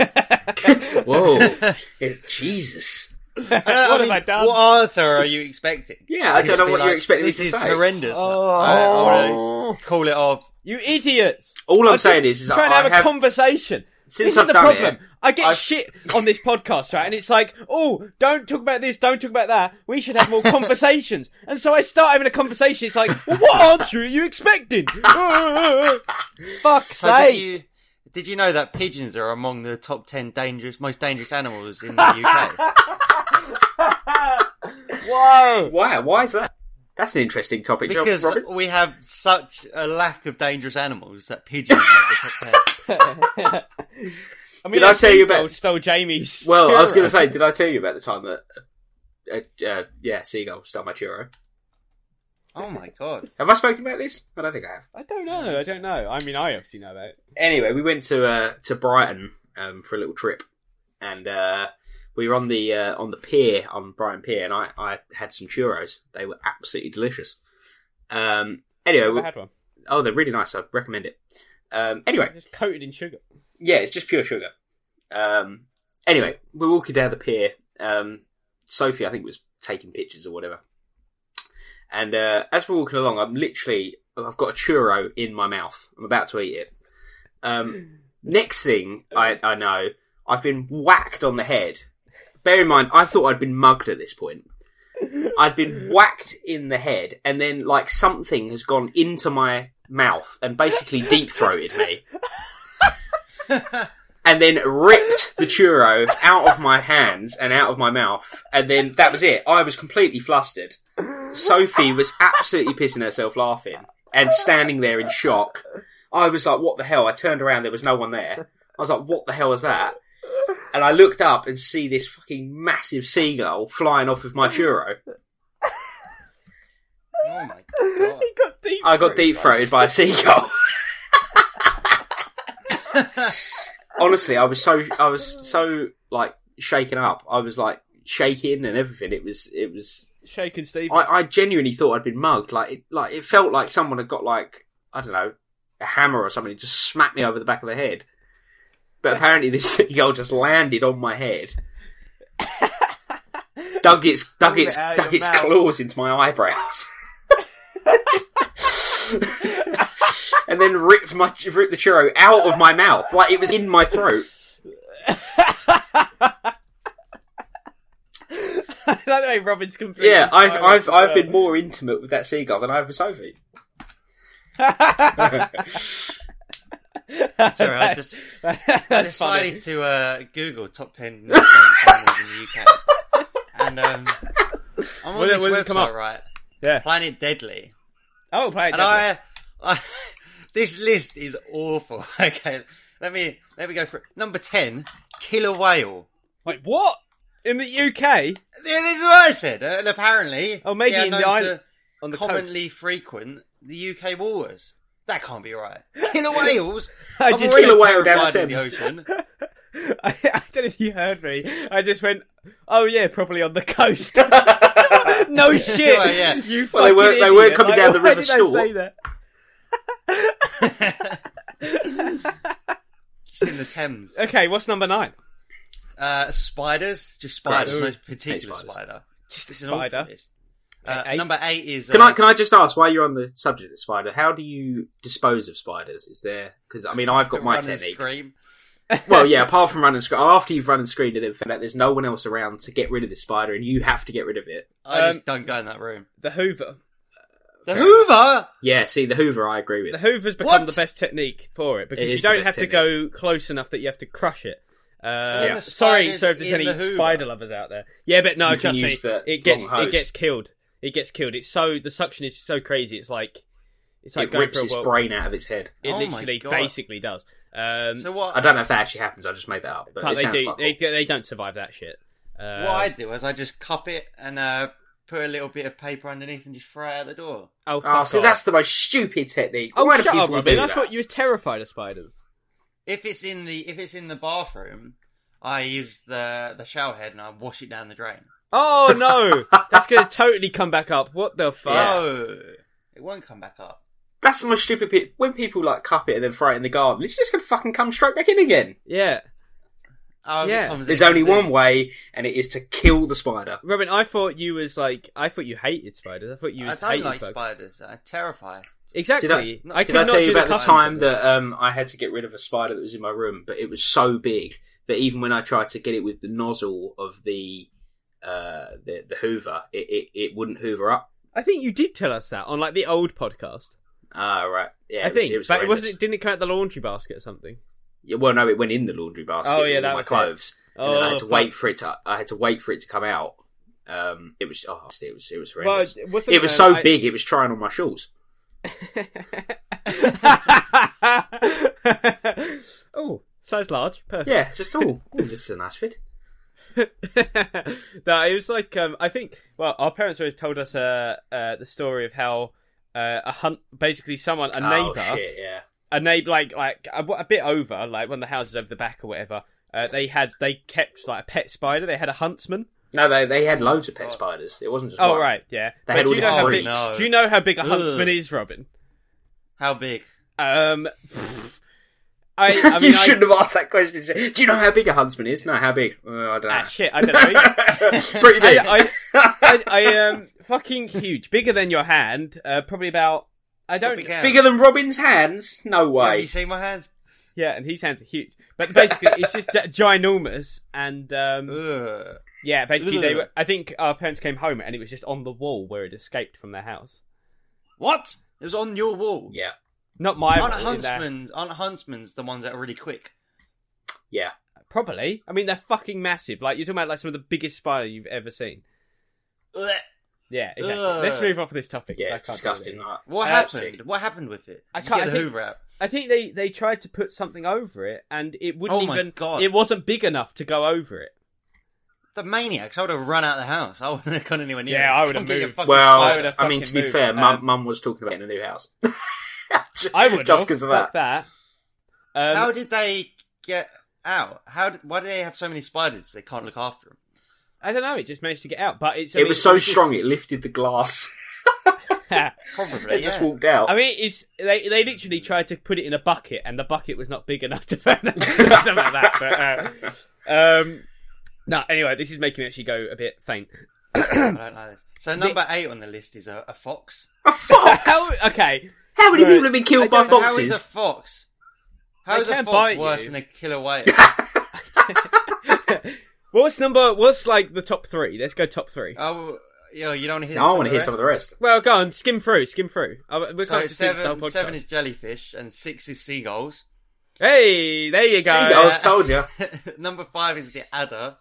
Speaker 2: Whoa, Yeah, Jesus.
Speaker 1: what
Speaker 3: Uh, I
Speaker 1: have
Speaker 3: mean,
Speaker 1: I done?
Speaker 3: What answer are you expecting?
Speaker 2: Yeah, I
Speaker 3: Just
Speaker 2: don't know
Speaker 3: be
Speaker 2: what
Speaker 3: like,
Speaker 2: you're expecting
Speaker 3: This
Speaker 2: me to
Speaker 3: is
Speaker 2: say.
Speaker 3: horrendous.
Speaker 1: Oh.
Speaker 3: I, I wanna call it off.
Speaker 1: You idiots!
Speaker 2: All Oh. I'm,
Speaker 1: I'm
Speaker 2: saying
Speaker 1: just
Speaker 2: is, is
Speaker 1: trying to
Speaker 2: I
Speaker 1: have, a conversation. this
Speaker 2: since I've
Speaker 1: is the
Speaker 2: done
Speaker 1: problem.
Speaker 2: it,
Speaker 1: I get
Speaker 2: I've-
Speaker 1: shit on this podcast, right? And it's like, oh, don't talk about this, don't talk about that. We should have more conversations. And so I start having a conversation. It's like, well, what answer are you expecting? Fuck's
Speaker 3: So did
Speaker 1: sake!
Speaker 3: you did you know that pigeons are among the top ten dangerous, most dangerous animals in the UK?
Speaker 1: Whoa!
Speaker 2: Why? Why is that? That's an interesting topic, John-
Speaker 3: because
Speaker 2: Robin.
Speaker 3: we have such a lack of dangerous animals that pigeons make the top ten.
Speaker 1: I mean,
Speaker 2: Did I tell you about-
Speaker 1: seagull stole Jamie's?
Speaker 2: Well, I was going to
Speaker 1: churro.
Speaker 2: say, did I tell you about the time that, uh, uh, yeah, seagull stole my churro?
Speaker 3: Oh my god!
Speaker 2: Have I spoken about this? I don't think I have.
Speaker 1: I don't know. I don't know. I mean, I obviously know about it.
Speaker 2: Anyway, we went to uh, to Brighton um, for a little trip, and uh, we were on the uh, on the pier on Brighton Pier, and I, I had some churros. They were absolutely delicious. Um, anyway,
Speaker 1: I
Speaker 2: we,
Speaker 1: had one.
Speaker 2: oh, they're really nice. I recommend it. Um, anyway,
Speaker 1: Just coated in sugar.
Speaker 2: yeah, it's just pure sugar. Um, anyway, we're walking down the pier. Um, Sophie, I think, was taking pictures or whatever. And uh, as we're walking along, I'm literally, I've got a churro in my mouth. I'm about to eat it. Um, next thing I, I know, I've been whacked on the head. Bear in mind, I thought I'd been mugged at this point. I'd been whacked in the head, and then like something has gone into my mouth and basically deep throated me. and then ripped the churro out of my hands and out of my mouth. And then that was it. I was completely flustered. Sophie was absolutely pissing herself laughing and standing there in shock. I was like, what the hell? I turned around, there was no one there. I was like, what the hell is that? And I looked up and see this fucking massive seagull flying off with my churro.
Speaker 3: Oh my god.
Speaker 1: He got deep.
Speaker 2: I got deep throated by a seagull. Honestly, I was so I was so like shaken up. I was like shaking and everything. It was it was.
Speaker 1: shaking Steve.
Speaker 2: I, I genuinely thought I'd been mugged. Like it like it felt like someone had got like I don't know a hammer or something and just smacked me over the back of the head. But apparently, this seagull just landed on my head. dug its dug
Speaker 1: Pulled it
Speaker 2: its
Speaker 1: out of
Speaker 2: dug
Speaker 1: your
Speaker 2: its
Speaker 1: mouth.
Speaker 2: claws into my eyebrows. and then ripped my ripped the churro out of my mouth like it was in my throat.
Speaker 1: that way, Robin's completely.
Speaker 2: Yeah, I've
Speaker 1: silent
Speaker 2: I've
Speaker 1: as
Speaker 2: I've
Speaker 1: well.
Speaker 2: been more intimate with that seagull than I have with Sophie.
Speaker 1: That's
Speaker 3: It's alright. Just, I
Speaker 1: That's funny.
Speaker 3: decided to uh, Google top ten new phone cameras in the UK, and um, I'm on
Speaker 1: Will it-
Speaker 3: this
Speaker 1: will it
Speaker 3: website
Speaker 1: come up?
Speaker 3: right,
Speaker 1: Yeah.
Speaker 3: Planet Deadly,
Speaker 1: Oh, play it.
Speaker 3: and I, I, this list is awful. Okay, let me let me go for it. number ten, killer whale.
Speaker 1: Wait, what? In the UK?
Speaker 3: Yeah, This is what I said, uh, and apparently,
Speaker 1: Oh, maybe
Speaker 3: they are
Speaker 1: in the isl-
Speaker 3: known to
Speaker 1: On the coast?
Speaker 3: commonly frequent the UK waters. That can't be right. Killer whales.
Speaker 1: I
Speaker 3: I'm
Speaker 1: just-
Speaker 3: already
Speaker 2: Killer whale down
Speaker 3: terrified of
Speaker 2: the
Speaker 3: the ocean.
Speaker 1: I, I don't know if you heard me. I just went, oh yeah, probably on the coast. no shit.
Speaker 3: well, yeah.
Speaker 1: You
Speaker 2: Well, they
Speaker 1: fucking
Speaker 2: weren't- they weren't
Speaker 1: idiot.
Speaker 2: coming
Speaker 1: Like,
Speaker 2: down the
Speaker 1: why
Speaker 2: River
Speaker 1: did
Speaker 2: Stort.
Speaker 1: I say that?
Speaker 3: Just in the Thames.
Speaker 1: Okay, what's number nine?
Speaker 3: Uh, spiders, just spiders,
Speaker 2: Gross.
Speaker 3: no particular
Speaker 2: Hate spiders.
Speaker 3: spider.
Speaker 1: Just a
Speaker 3: It's an awful
Speaker 1: spider.
Speaker 3: list. Uh,
Speaker 1: Eight.
Speaker 3: Number eight is.
Speaker 2: Can
Speaker 3: uh,
Speaker 2: I can I just ask why you're on the subject of spider? How do you dispose of spiders? Is there because I mean I've got my
Speaker 3: run and
Speaker 2: technique.
Speaker 3: Scream.
Speaker 2: Well, yeah. Apart from running screen, after you've run and screened it, then found out there's no one else around to get rid of the spider, and you have to get rid of it.
Speaker 3: I
Speaker 1: Um,
Speaker 3: just don't go in that room.
Speaker 1: The Hoover.
Speaker 3: The Hoover.
Speaker 2: Yeah. See, the Hoover, I agree
Speaker 1: The
Speaker 2: with.
Speaker 1: Hoover's become
Speaker 3: What?
Speaker 1: the best technique for it because
Speaker 2: It
Speaker 1: you
Speaker 2: is the
Speaker 1: don't
Speaker 2: best
Speaker 1: have to go close enough that you have to crush it. Uh,
Speaker 3: Yeah. the
Speaker 1: Sorry,
Speaker 3: spiders
Speaker 1: so if there's
Speaker 3: in
Speaker 1: any
Speaker 3: the Hoover.
Speaker 1: spider lovers out there, yeah, but no,
Speaker 2: You can
Speaker 1: trust me,
Speaker 2: use the
Speaker 1: it gets
Speaker 2: long hose.
Speaker 1: it gets killed. It gets killed. It's so the suction is so crazy. It's like it's like
Speaker 2: it
Speaker 1: going
Speaker 2: rips
Speaker 1: for a
Speaker 2: its
Speaker 1: whirl.
Speaker 2: brain out of its head.
Speaker 1: It
Speaker 3: Oh my
Speaker 1: literally
Speaker 3: God.
Speaker 1: basically does. Um,
Speaker 3: So what?
Speaker 2: I don't know if that actually happens. I just made that up. But
Speaker 1: but
Speaker 2: it
Speaker 1: they
Speaker 2: sounds
Speaker 1: do.
Speaker 2: quite
Speaker 1: They,
Speaker 2: cool.
Speaker 1: they don't survive that shit. Uh,
Speaker 3: what I do is I just cup it and uh, put a little bit of paper underneath and just throw it out the door.
Speaker 1: Oh, fuck
Speaker 2: Oh, see,
Speaker 1: off.
Speaker 2: that's the most stupid technique.
Speaker 1: Oh,
Speaker 2: Why do
Speaker 1: shut
Speaker 2: people
Speaker 1: up,
Speaker 2: do
Speaker 1: Robin.
Speaker 2: that?
Speaker 1: I thought you were terrified of spiders.
Speaker 3: If it's in the if it's in the bathroom, I use the the shower head and I wash it down the drain.
Speaker 1: Oh no, that's gonna totally come back up. What the fuck?
Speaker 2: Yeah.
Speaker 3: Oh, it won't come back up.
Speaker 2: That's the most stupid bit. When people like cup it and then throw it in the garden, it's just gonna fucking come straight back in again.
Speaker 1: yeah.
Speaker 3: Oh, it
Speaker 1: Yeah.
Speaker 3: comes in
Speaker 2: There's only
Speaker 3: blue.
Speaker 2: one way, and it is to kill the spider.
Speaker 1: Robin, I thought you was like I thought you hated spiders. I thought you
Speaker 3: I
Speaker 1: was
Speaker 3: don't
Speaker 1: hated
Speaker 3: like
Speaker 1: bugs.
Speaker 3: spiders. I terrify.
Speaker 1: Exactly.
Speaker 2: Did
Speaker 1: I
Speaker 2: Did I
Speaker 1: could not
Speaker 2: tell you
Speaker 1: do the
Speaker 2: about the
Speaker 1: custom
Speaker 2: time
Speaker 1: thing.
Speaker 2: that um, I had to get rid of a spider that was in my room, but it was so big that even when I tried to get it with the nozzle of the uh, the, the Hoover, it, it, it wouldn't Hoover up.
Speaker 1: I think you did tell us that on like the old podcast.
Speaker 2: Ah, right. Yeah,
Speaker 1: I
Speaker 2: it was-
Speaker 1: think,
Speaker 2: it was
Speaker 1: but it
Speaker 2: horrendous.
Speaker 1: wasn't. It didn't come out the laundry basket or something.
Speaker 2: Yeah, well, no, it went in the laundry basket.
Speaker 1: Oh,
Speaker 2: Oh
Speaker 1: yeah,
Speaker 2: yeah,
Speaker 1: that
Speaker 2: my
Speaker 1: was it.
Speaker 2: clothes. And
Speaker 1: oh,
Speaker 2: then I had to
Speaker 1: fuck.
Speaker 2: wait for it to. I had to wait for it to come out. Um, it was. Oh, it was. It was
Speaker 1: Well,
Speaker 2: horrendous.
Speaker 1: wasn't
Speaker 2: it was
Speaker 1: there,
Speaker 2: so
Speaker 1: like- uh,
Speaker 2: big, it was trying on my shorts.
Speaker 1: oh, size large. Perfect.
Speaker 2: Yeah, just all. Oh, this is a nice fit.
Speaker 1: no, it was like um, I think. Well, our parents always told us uh, uh, the story of how uh, a hunt, basically someone, a
Speaker 2: oh,
Speaker 1: neighbor,
Speaker 2: shit, yeah.
Speaker 1: a neighbor, like like a, a bit over, like one of the houses over the back or whatever. Uh, they had they kept like a pet spider. They had a huntsman.
Speaker 2: No, they they had loads of pet
Speaker 3: God.
Speaker 2: spiders. It wasn't just.
Speaker 1: Oh
Speaker 2: one.
Speaker 1: right, yeah.
Speaker 2: They
Speaker 1: But
Speaker 2: had
Speaker 1: do
Speaker 2: all
Speaker 1: you know
Speaker 2: different
Speaker 1: how big?
Speaker 2: breeds.
Speaker 3: No.
Speaker 1: Do you know how big a
Speaker 3: Ugh.
Speaker 1: huntsman is, Robin?
Speaker 3: How big?
Speaker 1: Um, I, I mean,
Speaker 2: you
Speaker 1: I,
Speaker 2: shouldn't have asked that question. Do you know how big a huntsman is? No, how big? Uh, I don't know.
Speaker 1: ah, shit, I don't know.
Speaker 2: Pretty big.
Speaker 1: I, I, I, I am fucking huge, bigger than your hand. Uh, probably about. I don't.
Speaker 3: Big hand.
Speaker 2: Bigger than Robin's hands? No
Speaker 3: Have you
Speaker 2: way.
Speaker 3: seen my hands?
Speaker 1: Yeah, and his hands are huge. But basically, it's just gi- ginormous. And um,
Speaker 3: Ugh.
Speaker 1: yeah, basically, they
Speaker 3: Ugh.
Speaker 1: were, I think our parents came home and it was just on the wall where it escaped from their house.
Speaker 3: What? It was on your wall.
Speaker 2: Yeah.
Speaker 1: Not my
Speaker 3: Aren't
Speaker 1: in there.
Speaker 3: huntsman's aren't huntsman's the ones that are really quick?
Speaker 2: Yeah,
Speaker 1: Probably. I mean, they're fucking massive. Like you're talking about like some of the biggest spider you've ever seen.
Speaker 3: Blech.
Speaker 1: Yeah. Exactly.
Speaker 3: Ugh.
Speaker 1: Let's move off of this topic. 'cause
Speaker 2: yeah,
Speaker 1: I
Speaker 2: it's
Speaker 1: can't deal with
Speaker 2: disgusting.
Speaker 1: it.
Speaker 2: Like,
Speaker 3: What
Speaker 2: absolutely.
Speaker 3: happened? What happened with it?
Speaker 1: I
Speaker 3: Did
Speaker 1: can't-
Speaker 3: you
Speaker 1: I
Speaker 3: get the
Speaker 1: think-
Speaker 3: Hoover out.
Speaker 1: I think they they tried to put something over it, and it wouldn't
Speaker 3: Oh my
Speaker 1: even.
Speaker 3: God.
Speaker 1: It wasn't big enough to go over it.
Speaker 3: The maniacs! I would have run out of the house. I wouldn't have gone anywhere near.
Speaker 1: Yeah,
Speaker 3: it.
Speaker 1: I would
Speaker 3: Come
Speaker 1: have
Speaker 3: get your
Speaker 1: moved.
Speaker 3: fucking spider.
Speaker 2: Well,
Speaker 1: spider
Speaker 2: I mean, to
Speaker 1: fucking
Speaker 2: be
Speaker 1: move,
Speaker 2: fair,
Speaker 1: um,
Speaker 2: mum, mum was talking about getting a new house.
Speaker 1: I would
Speaker 2: just because of
Speaker 1: Fuck
Speaker 2: that.
Speaker 1: that. Um,
Speaker 3: How did they get out? How? Did, why do they have so many spiders? if They can't look after them.
Speaker 1: I don't know. It just managed to get out, but it's. I
Speaker 2: It
Speaker 1: mean,
Speaker 2: was so
Speaker 1: it's-
Speaker 2: strong it lifted the glass.
Speaker 3: Probably.
Speaker 2: it
Speaker 3: yeah.
Speaker 2: just walked out.
Speaker 1: I mean, it's they they literally tried to put it in a bucket, and the bucket was not big enough to something like that. But, uh, um, no, anyway, this is making me actually go a bit faint.
Speaker 3: I don't like this. So number eight on the list is a, a fox.
Speaker 2: a fox.
Speaker 1: How, okay,
Speaker 2: Oh, How many
Speaker 1: Right.
Speaker 2: people have been killed by
Speaker 3: So How is
Speaker 2: foxes?
Speaker 3: a fox? How
Speaker 1: They
Speaker 3: is a
Speaker 1: can
Speaker 3: fox
Speaker 1: bite
Speaker 3: worse
Speaker 1: you.
Speaker 3: than a killer whale?
Speaker 1: what's number? What's like the top three? Let's go top three.
Speaker 3: oh, yo, you don't hear.
Speaker 2: No, I want to hear some of the rest.
Speaker 1: Well, go on, skim through, skim through. Uh, we're
Speaker 3: So
Speaker 1: not just doing the whole
Speaker 3: seven,
Speaker 1: podcast.
Speaker 3: seven is jellyfish, and six is seagulls.
Speaker 1: Hey, there you go.
Speaker 2: Seagulls. I was
Speaker 3: Uh,
Speaker 2: told ya.
Speaker 3: number five is the adder.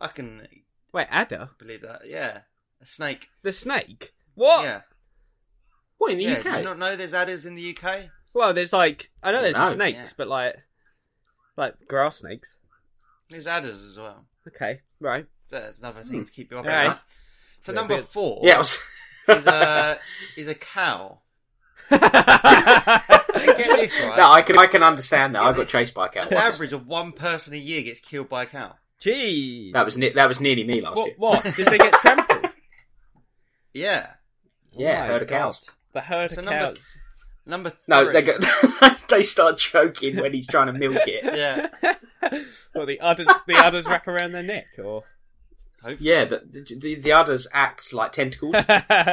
Speaker 3: I can
Speaker 1: Wait, adder,
Speaker 3: believe that. Yeah, a snake.
Speaker 1: the snake. What?
Speaker 3: Yeah.
Speaker 2: What in the
Speaker 3: yeah. Do you
Speaker 2: UK?
Speaker 3: not know there's adders in the UK?
Speaker 1: Well, there's like I know there's
Speaker 2: No.
Speaker 1: snakes,
Speaker 3: Yeah.
Speaker 1: but like like grass snakes.
Speaker 3: There's adders as well.
Speaker 1: Okay, right.
Speaker 3: There's another thing to keep you up
Speaker 1: Alright.
Speaker 3: at night. So
Speaker 1: Yeah,
Speaker 3: number
Speaker 1: weird.
Speaker 3: four
Speaker 2: Hmm. Yeah, it was...
Speaker 3: is
Speaker 1: uh,
Speaker 3: a is a cow. Get this right.
Speaker 2: no, I can I can understand that. I got chased by a cow.
Speaker 3: An
Speaker 2: once.
Speaker 3: average of one person a year gets killed by a cow.
Speaker 1: Jeez.
Speaker 2: That was ne- that was nearly me last
Speaker 1: what?
Speaker 2: year.
Speaker 1: What? Did they get trampled?
Speaker 3: Yeah.
Speaker 2: Yeah,
Speaker 1: Oh my
Speaker 2: herd of
Speaker 1: God.
Speaker 2: cows.
Speaker 1: The herd
Speaker 3: So
Speaker 1: of
Speaker 3: number
Speaker 1: cows.
Speaker 3: th- number three.
Speaker 2: No, they go- they start choking when he's trying to milk it.
Speaker 3: Yeah.
Speaker 1: well, the udders, the udders wrap around their neck, or
Speaker 3: Hopefully.
Speaker 2: Yeah, the the, the udders act like tentacles.
Speaker 1: don't talk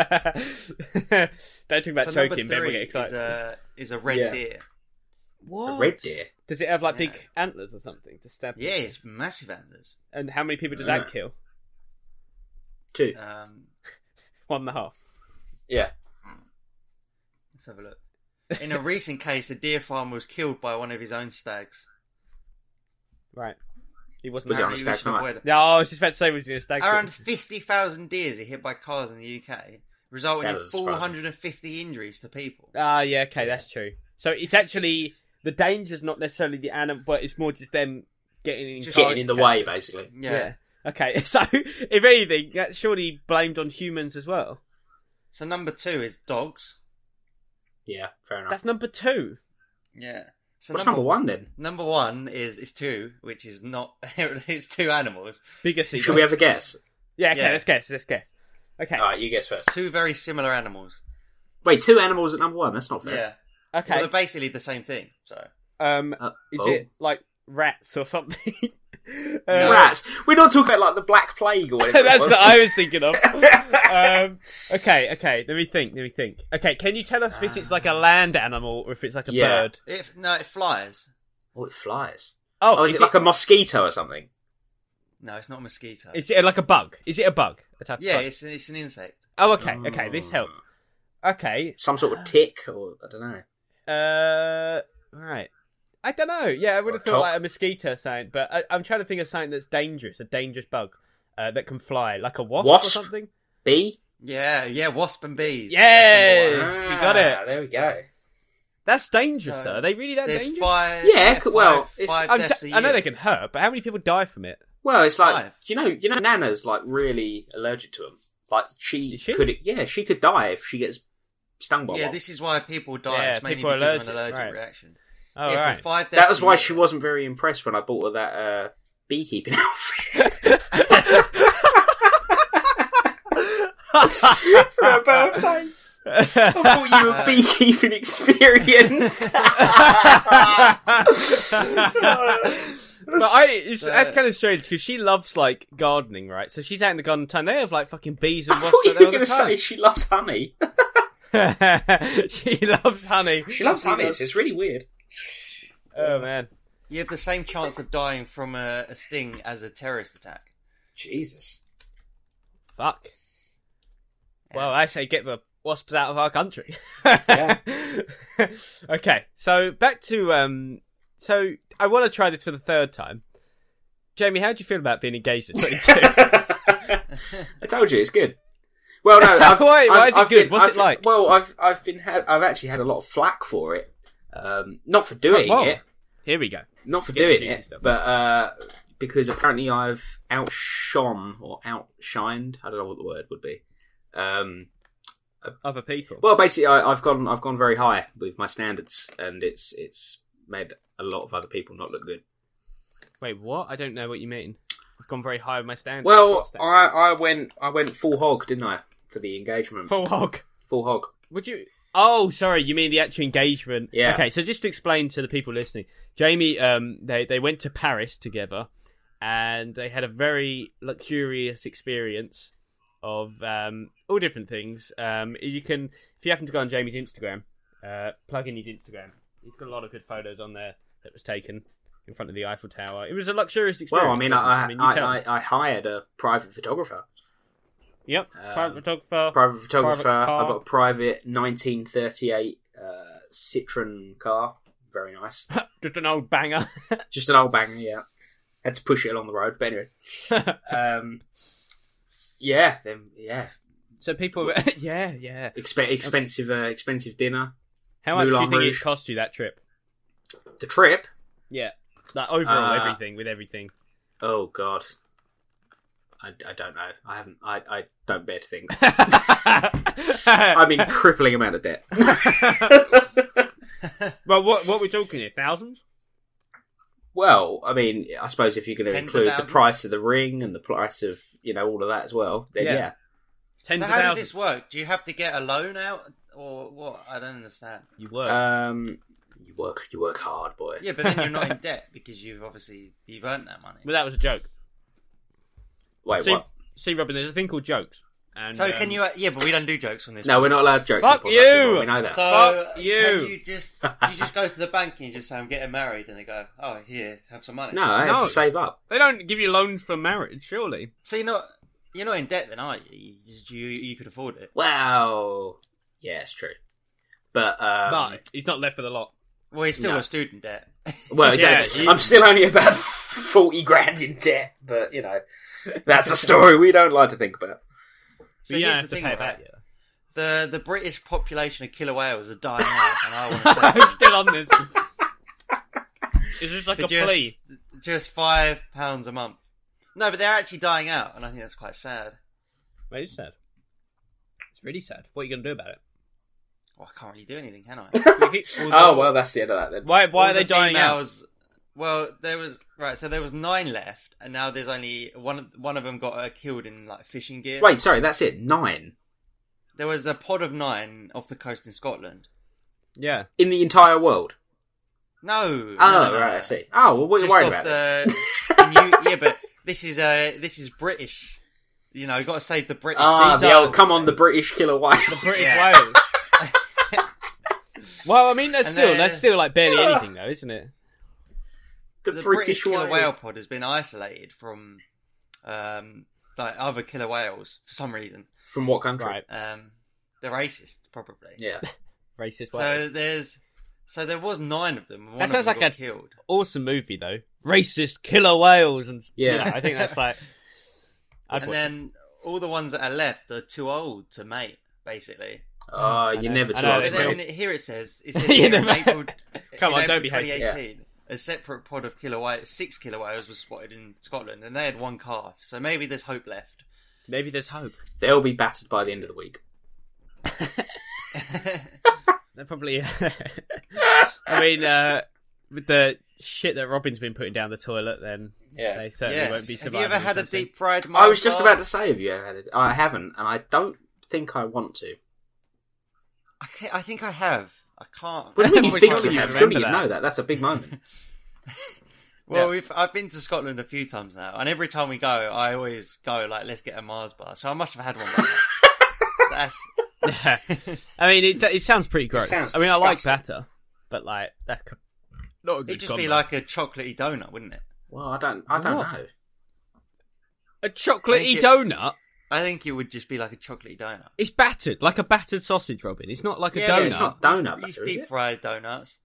Speaker 1: about
Speaker 3: so number
Speaker 1: choking. People
Speaker 3: three
Speaker 1: get
Speaker 3: is uh,
Speaker 1: excited.
Speaker 3: a is a red
Speaker 2: Yeah.
Speaker 3: deer.
Speaker 2: A
Speaker 1: What?
Speaker 2: red deer.
Speaker 1: Does it have like
Speaker 3: Yeah.
Speaker 1: big antlers or something to stab?
Speaker 3: Yeah, it's massive antlers.
Speaker 1: And how many people does
Speaker 2: Yeah.
Speaker 1: that kill?
Speaker 2: Two.
Speaker 3: Um,
Speaker 1: One and a half.
Speaker 2: Yeah.
Speaker 3: let's have a look. In a recent case, a deer farmer was killed by one of his own stags.
Speaker 1: Right. He wasn't.
Speaker 2: Was it on a
Speaker 3: Apparently we
Speaker 2: stag
Speaker 3: should
Speaker 2: night?
Speaker 3: avoid it.
Speaker 1: No, I was just about to say was he a stag?
Speaker 3: Around 50,000 deers are hit by cars in the UK, resulting
Speaker 2: That
Speaker 3: in
Speaker 2: was surprising.
Speaker 3: 450 injuries to people.
Speaker 1: Ah, yeah, okay, that's true. So it's actually the danger's not necessarily the animal, but it's more just them getting in
Speaker 3: Just
Speaker 1: car-
Speaker 2: Getting in the way, basically.
Speaker 3: Yeah.
Speaker 1: Okay, so if anything, that's surely blamed on humans as well.
Speaker 3: So number two is dogs.
Speaker 2: Yeah, fair enough.
Speaker 1: That's number two.
Speaker 3: Yeah. So
Speaker 2: What's number one then?
Speaker 3: Number one is is two, which is not. it's two animals.
Speaker 1: Biggest.
Speaker 2: Should we have a guess?
Speaker 1: Yeah. Okay.
Speaker 3: Yeah.
Speaker 1: Let's guess. Let's guess. Okay.
Speaker 2: All right, you guess first.
Speaker 3: Two very similar animals.
Speaker 2: Wait, two animals at number one. That's not fair.
Speaker 3: Yeah. Well,
Speaker 1: Okay.
Speaker 3: they're basically the same thing. So
Speaker 1: Um,
Speaker 2: Uh,
Speaker 1: is
Speaker 2: oh.
Speaker 1: it like rats or something? Uh,
Speaker 2: Rats. We're not talking about like the Black Plague or whatever. it
Speaker 1: That's
Speaker 2: was.
Speaker 1: what I was thinking of. um, okay, okay. Let me think. Let me think. Okay, can you tell us if it's like a land animal or if it's like a
Speaker 2: Yeah.
Speaker 1: bird?
Speaker 3: if no, it flies.
Speaker 2: Oh, it flies.
Speaker 1: Oh,
Speaker 2: Oh, is, it like a mosquito or something?
Speaker 3: No, it's not a mosquito.
Speaker 1: Is it like a bug? Is it a bug? A type of
Speaker 3: yeah,
Speaker 1: bug?
Speaker 3: it's it's an insect.
Speaker 1: Oh, okay, okay. This
Speaker 2: Hmm.
Speaker 1: helps. Okay.
Speaker 2: Some sort of tick, or I don't know.
Speaker 1: Uh, right. I don't know. Yeah, I would
Speaker 2: Or
Speaker 1: have thought
Speaker 2: top.
Speaker 1: like a mosquito or something, but I, I'm trying to think of something that's dangerous, a dangerous bug uh, that can fly, like a wasp,
Speaker 2: Wasp?
Speaker 1: or something.
Speaker 2: Bee.
Speaker 3: Yeah, yeah, wasp and bees.
Speaker 1: Yeah.
Speaker 3: That's number one.
Speaker 1: Yes, we got it.
Speaker 2: Ah, There we go.
Speaker 1: That's dangerous,
Speaker 3: So,
Speaker 1: though. Are they really that
Speaker 3: There's
Speaker 1: dangerous?
Speaker 3: five.
Speaker 2: Yeah,
Speaker 3: yeah,
Speaker 2: c- well,
Speaker 3: five,
Speaker 2: it's-
Speaker 3: five
Speaker 1: I'm
Speaker 3: deaths
Speaker 1: t-
Speaker 3: a
Speaker 1: I know
Speaker 3: year.
Speaker 1: they can hurt, but how many people die from it?
Speaker 2: Well, it's like
Speaker 3: Five.
Speaker 2: you know, you know, Nana's like really allergic to them. Like she,
Speaker 1: Is she?
Speaker 2: could, yeah, she could die if she gets stung by
Speaker 3: Yeah,
Speaker 2: one.
Speaker 3: this is why people die.
Speaker 1: Yeah,
Speaker 3: it's mainly
Speaker 1: people are
Speaker 3: because of an
Speaker 1: allergic,
Speaker 3: allergic
Speaker 1: right.
Speaker 3: reaction.
Speaker 1: Oh,
Speaker 3: yeah, so
Speaker 1: right.
Speaker 3: five
Speaker 2: That
Speaker 3: deaths
Speaker 2: was
Speaker 3: a
Speaker 2: why
Speaker 3: year.
Speaker 2: she wasn't very impressed when I bought her that uh, beekeeping outfit for her birthday. I bought you a
Speaker 3: Uh,
Speaker 2: beekeeping experience.
Speaker 1: but I, it's,
Speaker 3: So-
Speaker 1: that's kind of strange because she loves like gardening, right? So she's out in the garden time. They have like fucking bees
Speaker 2: I
Speaker 1: and
Speaker 2: thought
Speaker 1: wasps.
Speaker 2: you
Speaker 1: out
Speaker 2: were
Speaker 1: there all
Speaker 2: going to
Speaker 1: the
Speaker 2: say
Speaker 1: time.
Speaker 2: she loves honey.
Speaker 1: she loves honey.
Speaker 2: She loves honey. so It's really weird.
Speaker 1: Oh man.
Speaker 3: You have the same chance of dying from a, a sting as a terrorist attack.
Speaker 2: Jesus.
Speaker 1: Fuck. Well, I say get the wasps out of our country.
Speaker 2: Yeah.
Speaker 1: okay, so back to um. So I want to try this for the third time. Jamie, how do you feel about being engaged at 22?
Speaker 2: I told you it's good. Well, no, I've,
Speaker 1: Why- why
Speaker 2: I've-
Speaker 1: is it
Speaker 2: I've
Speaker 1: good?
Speaker 2: been-
Speaker 1: What's
Speaker 2: I've-
Speaker 1: it like?
Speaker 2: Well, I've I've been ha- I've actually had a lot of flack for it, um, not for doing
Speaker 1: Whoa.
Speaker 2: it,
Speaker 1: Here we go.
Speaker 2: not for
Speaker 1: Get
Speaker 2: doing
Speaker 1: confused,
Speaker 2: it,
Speaker 1: don't we?
Speaker 2: but uh, because apparently I've outshone or outshined. I don't know what the word would be. Um,
Speaker 1: Other people.
Speaker 2: well, basically, I, I've gone I've gone very high with my standards, and it's it's made a lot of other people not look good.
Speaker 1: Wait, what? I don't know what you mean. I've gone very high with my standards.
Speaker 2: Well,
Speaker 1: What standards?
Speaker 2: I, I went I went full hog, didn't I, for the engagement?
Speaker 1: full hog.
Speaker 2: full hog.
Speaker 1: Would you? Oh, sorry, you mean the actual engagement?
Speaker 2: Yeah.
Speaker 1: Okay, so just to explain to the people listening, Jamie, um, they they went to Paris together, and they had a very luxurious experience of um all different things. Um, you can if you happen to go on Jamie's Instagram, uh, plug in his Instagram. He's got a lot of good photos on there that was taken in front of the Eiffel Tower. It was a luxurious experience.
Speaker 2: Well, I mean,
Speaker 1: wasn't it?
Speaker 2: I, I,
Speaker 1: you tell
Speaker 2: I,
Speaker 1: me.
Speaker 2: I, hired a private photographer.
Speaker 1: yep,
Speaker 2: um,
Speaker 1: private photographer.
Speaker 2: Private photographer.
Speaker 1: car.
Speaker 2: I got a private 1938 uh, Citroen car. Very nice.
Speaker 1: just an old banger.
Speaker 2: Just an old banger, yeah. Had to push it along the road, but anyway. Um, yeah, then yeah,
Speaker 1: so people, yeah, yeah.
Speaker 2: Expe- expensive, uh, expensive dinner.
Speaker 1: How much do
Speaker 2: Moulin
Speaker 1: you think
Speaker 2: Rouge.
Speaker 1: it cost you that trip?
Speaker 2: The trip.
Speaker 1: Like overall,
Speaker 2: Uh,
Speaker 1: everything with everything.
Speaker 2: Oh God, I, I don't know. I haven't. I, I don't bear to think.
Speaker 1: I
Speaker 2: I'm in crippling amount of debt.
Speaker 1: well, what what we're talking here? Thousands?
Speaker 2: Well, I mean, I suppose if you're going to
Speaker 3: Tens of
Speaker 2: include the
Speaker 3: thousands?
Speaker 2: price of the ring and the price of you know all of that as well, then
Speaker 1: Yeah.
Speaker 2: yeah,
Speaker 1: Tens
Speaker 3: so
Speaker 1: of
Speaker 3: how does
Speaker 1: thousands?
Speaker 3: this work? Do you have to get a loan out or what? I don't understand.
Speaker 1: You were.
Speaker 2: Um, you work you work hard, boy.
Speaker 3: Yeah, but then you're not in debt because you've obviously you've earned that money.
Speaker 1: well, that was a joke.
Speaker 2: Wait,
Speaker 1: see,
Speaker 2: what?
Speaker 1: see, Robin, there's a thing called jokes. And,
Speaker 3: So
Speaker 1: um,
Speaker 3: can you? uh, Yeah, but we don't do jokes on this.
Speaker 2: No, we're not allowed jokes.
Speaker 1: Fuck
Speaker 2: on the podcast,
Speaker 1: you!
Speaker 2: everyone. We know that.
Speaker 3: So
Speaker 1: Fuck you.
Speaker 3: Can you just you just go to the bank and you just say I'm getting married, and they go, oh here, have some money.
Speaker 2: no, I had
Speaker 1: No.
Speaker 2: to save up.
Speaker 1: They don't give you loans for marriage, surely.
Speaker 3: So you're not you're not in debt then, are you? You you, you could afford it.
Speaker 2: Wow. Yeah, it's true. But um,
Speaker 1: but he's not left with a lot.
Speaker 3: Well, it's still
Speaker 2: No.
Speaker 3: a student debt.
Speaker 2: well,
Speaker 1: Yeah,
Speaker 2: exactly.
Speaker 1: you-
Speaker 2: I'm still only about forty grand in debt, but you know, that's a story we don't like to think about.
Speaker 1: So you don't
Speaker 3: here's
Speaker 1: have
Speaker 3: the
Speaker 1: to
Speaker 3: thing,
Speaker 1: pay
Speaker 3: right?
Speaker 1: it back. yet.
Speaker 3: The the British population of killer whales are dying out, and I want to say
Speaker 1: I'm still on this. Is this like
Speaker 3: for
Speaker 1: a plea?
Speaker 3: just just five pounds a month. No, but they're actually dying out, and I think that's quite sad.
Speaker 1: Mate, it's sad. It's really sad. What are you going to do about it?
Speaker 3: Well, I can't really do anything, can I?
Speaker 2: Oh well, that's the end of that then.
Speaker 1: Why why
Speaker 3: All
Speaker 1: are they
Speaker 3: the
Speaker 1: dying out?
Speaker 3: females- Well, there was right, so there was nine left, and now there's only one. of- One of them got uh, killed in like fishing gear.
Speaker 2: Wait, sorry, that's it. Nine
Speaker 3: There was a pod of nine off the coast in Scotland.
Speaker 1: Yeah.
Speaker 2: in the entire world.
Speaker 3: No.
Speaker 2: Oh,
Speaker 3: no, no, no,
Speaker 2: right,
Speaker 3: no.
Speaker 2: I see. Oh, well, what are you
Speaker 3: Just
Speaker 2: worried
Speaker 3: off
Speaker 2: about? then?
Speaker 3: the. the new- yeah, but this is uh, this is British. You know, you got to save the British.
Speaker 2: Ah,
Speaker 1: These
Speaker 2: the
Speaker 1: are-
Speaker 2: old, come on, the British killer whale.
Speaker 1: The British
Speaker 3: Yeah.
Speaker 1: Wales. well, I mean, that's
Speaker 3: And
Speaker 1: still
Speaker 3: they're-
Speaker 1: that's still like barely anything, though, isn't it?
Speaker 2: the,
Speaker 3: the
Speaker 2: British,
Speaker 3: killer
Speaker 2: killer
Speaker 3: whale pod has been isolated from, um, like other killer whales for some reason.
Speaker 2: From what country?
Speaker 1: Right,
Speaker 3: Um, they're racist, probably.
Speaker 2: Yeah.
Speaker 1: racist. Wales.
Speaker 3: So there's, so there was nine of them. and One
Speaker 1: That
Speaker 3: of
Speaker 1: sounds
Speaker 3: them
Speaker 1: like
Speaker 3: got
Speaker 1: a-
Speaker 3: killed.
Speaker 1: awesome movie though. Racist killer whales and yeah,
Speaker 2: Yeah.
Speaker 1: I think that's like. I'd
Speaker 3: and
Speaker 1: watch-
Speaker 3: then all the ones that are left are too old to mate, basically.
Speaker 2: Oh, you're
Speaker 1: know,
Speaker 2: never
Speaker 1: I
Speaker 2: too
Speaker 1: know,
Speaker 2: old.
Speaker 1: That's
Speaker 3: But
Speaker 2: to
Speaker 3: then
Speaker 2: know.
Speaker 3: here it says, it says
Speaker 1: You
Speaker 3: here in
Speaker 1: never-
Speaker 3: April,
Speaker 1: Come
Speaker 3: in
Speaker 1: on,
Speaker 3: April
Speaker 1: don't be hasty.
Speaker 3: 2018, a separate pod of killer whales, six killer whales, was spotted in Scotland, and they had one calf. So maybe there's hope left.
Speaker 1: maybe there's hope.
Speaker 2: They'll be battered by the end of the week.
Speaker 1: They're probably. I mean, uh, with the shit that Robin's been putting down the toilet, then
Speaker 2: Yeah.
Speaker 1: they certainly won't be
Speaker 3: Have
Speaker 1: surviving.
Speaker 3: you ever had a
Speaker 1: something.
Speaker 3: deep fried?
Speaker 2: I was just about to say, have you ever had it? I haven't, and I don't think I want to.
Speaker 3: I, can't- I think I have. I can't.
Speaker 2: What do you mean you
Speaker 1: Well,
Speaker 2: think
Speaker 1: surely
Speaker 2: you
Speaker 1: you
Speaker 2: have? Surely
Speaker 1: remember
Speaker 2: you
Speaker 1: that.
Speaker 2: know that. That's a big moment.
Speaker 3: Well,
Speaker 1: Yeah.
Speaker 3: we've, I've been to Scotland a few times now, and every time we go, I always go like, "Let's get a Mars bar." So I must have had one. by now. That's
Speaker 1: I mean, it, it sounds pretty gross.
Speaker 2: sounds
Speaker 1: I mean, I like
Speaker 2: disgusting.
Speaker 1: batter, but like that. could- Not a good
Speaker 3: it'd just be
Speaker 1: combo.
Speaker 3: like a chocolatey donut, wouldn't it?
Speaker 2: Well, I don't. I don't
Speaker 1: What?
Speaker 2: know.
Speaker 1: a chocolatey
Speaker 3: Make it-
Speaker 1: donut.
Speaker 3: I think it would just be like a chocolatey donut.
Speaker 1: It's battered, like a battered sausage, Robin. It's not like a
Speaker 3: Yeah,
Speaker 1: donut.
Speaker 3: but
Speaker 2: It's not donut
Speaker 3: These
Speaker 2: butter, is
Speaker 3: deep
Speaker 2: it?
Speaker 3: fried donuts.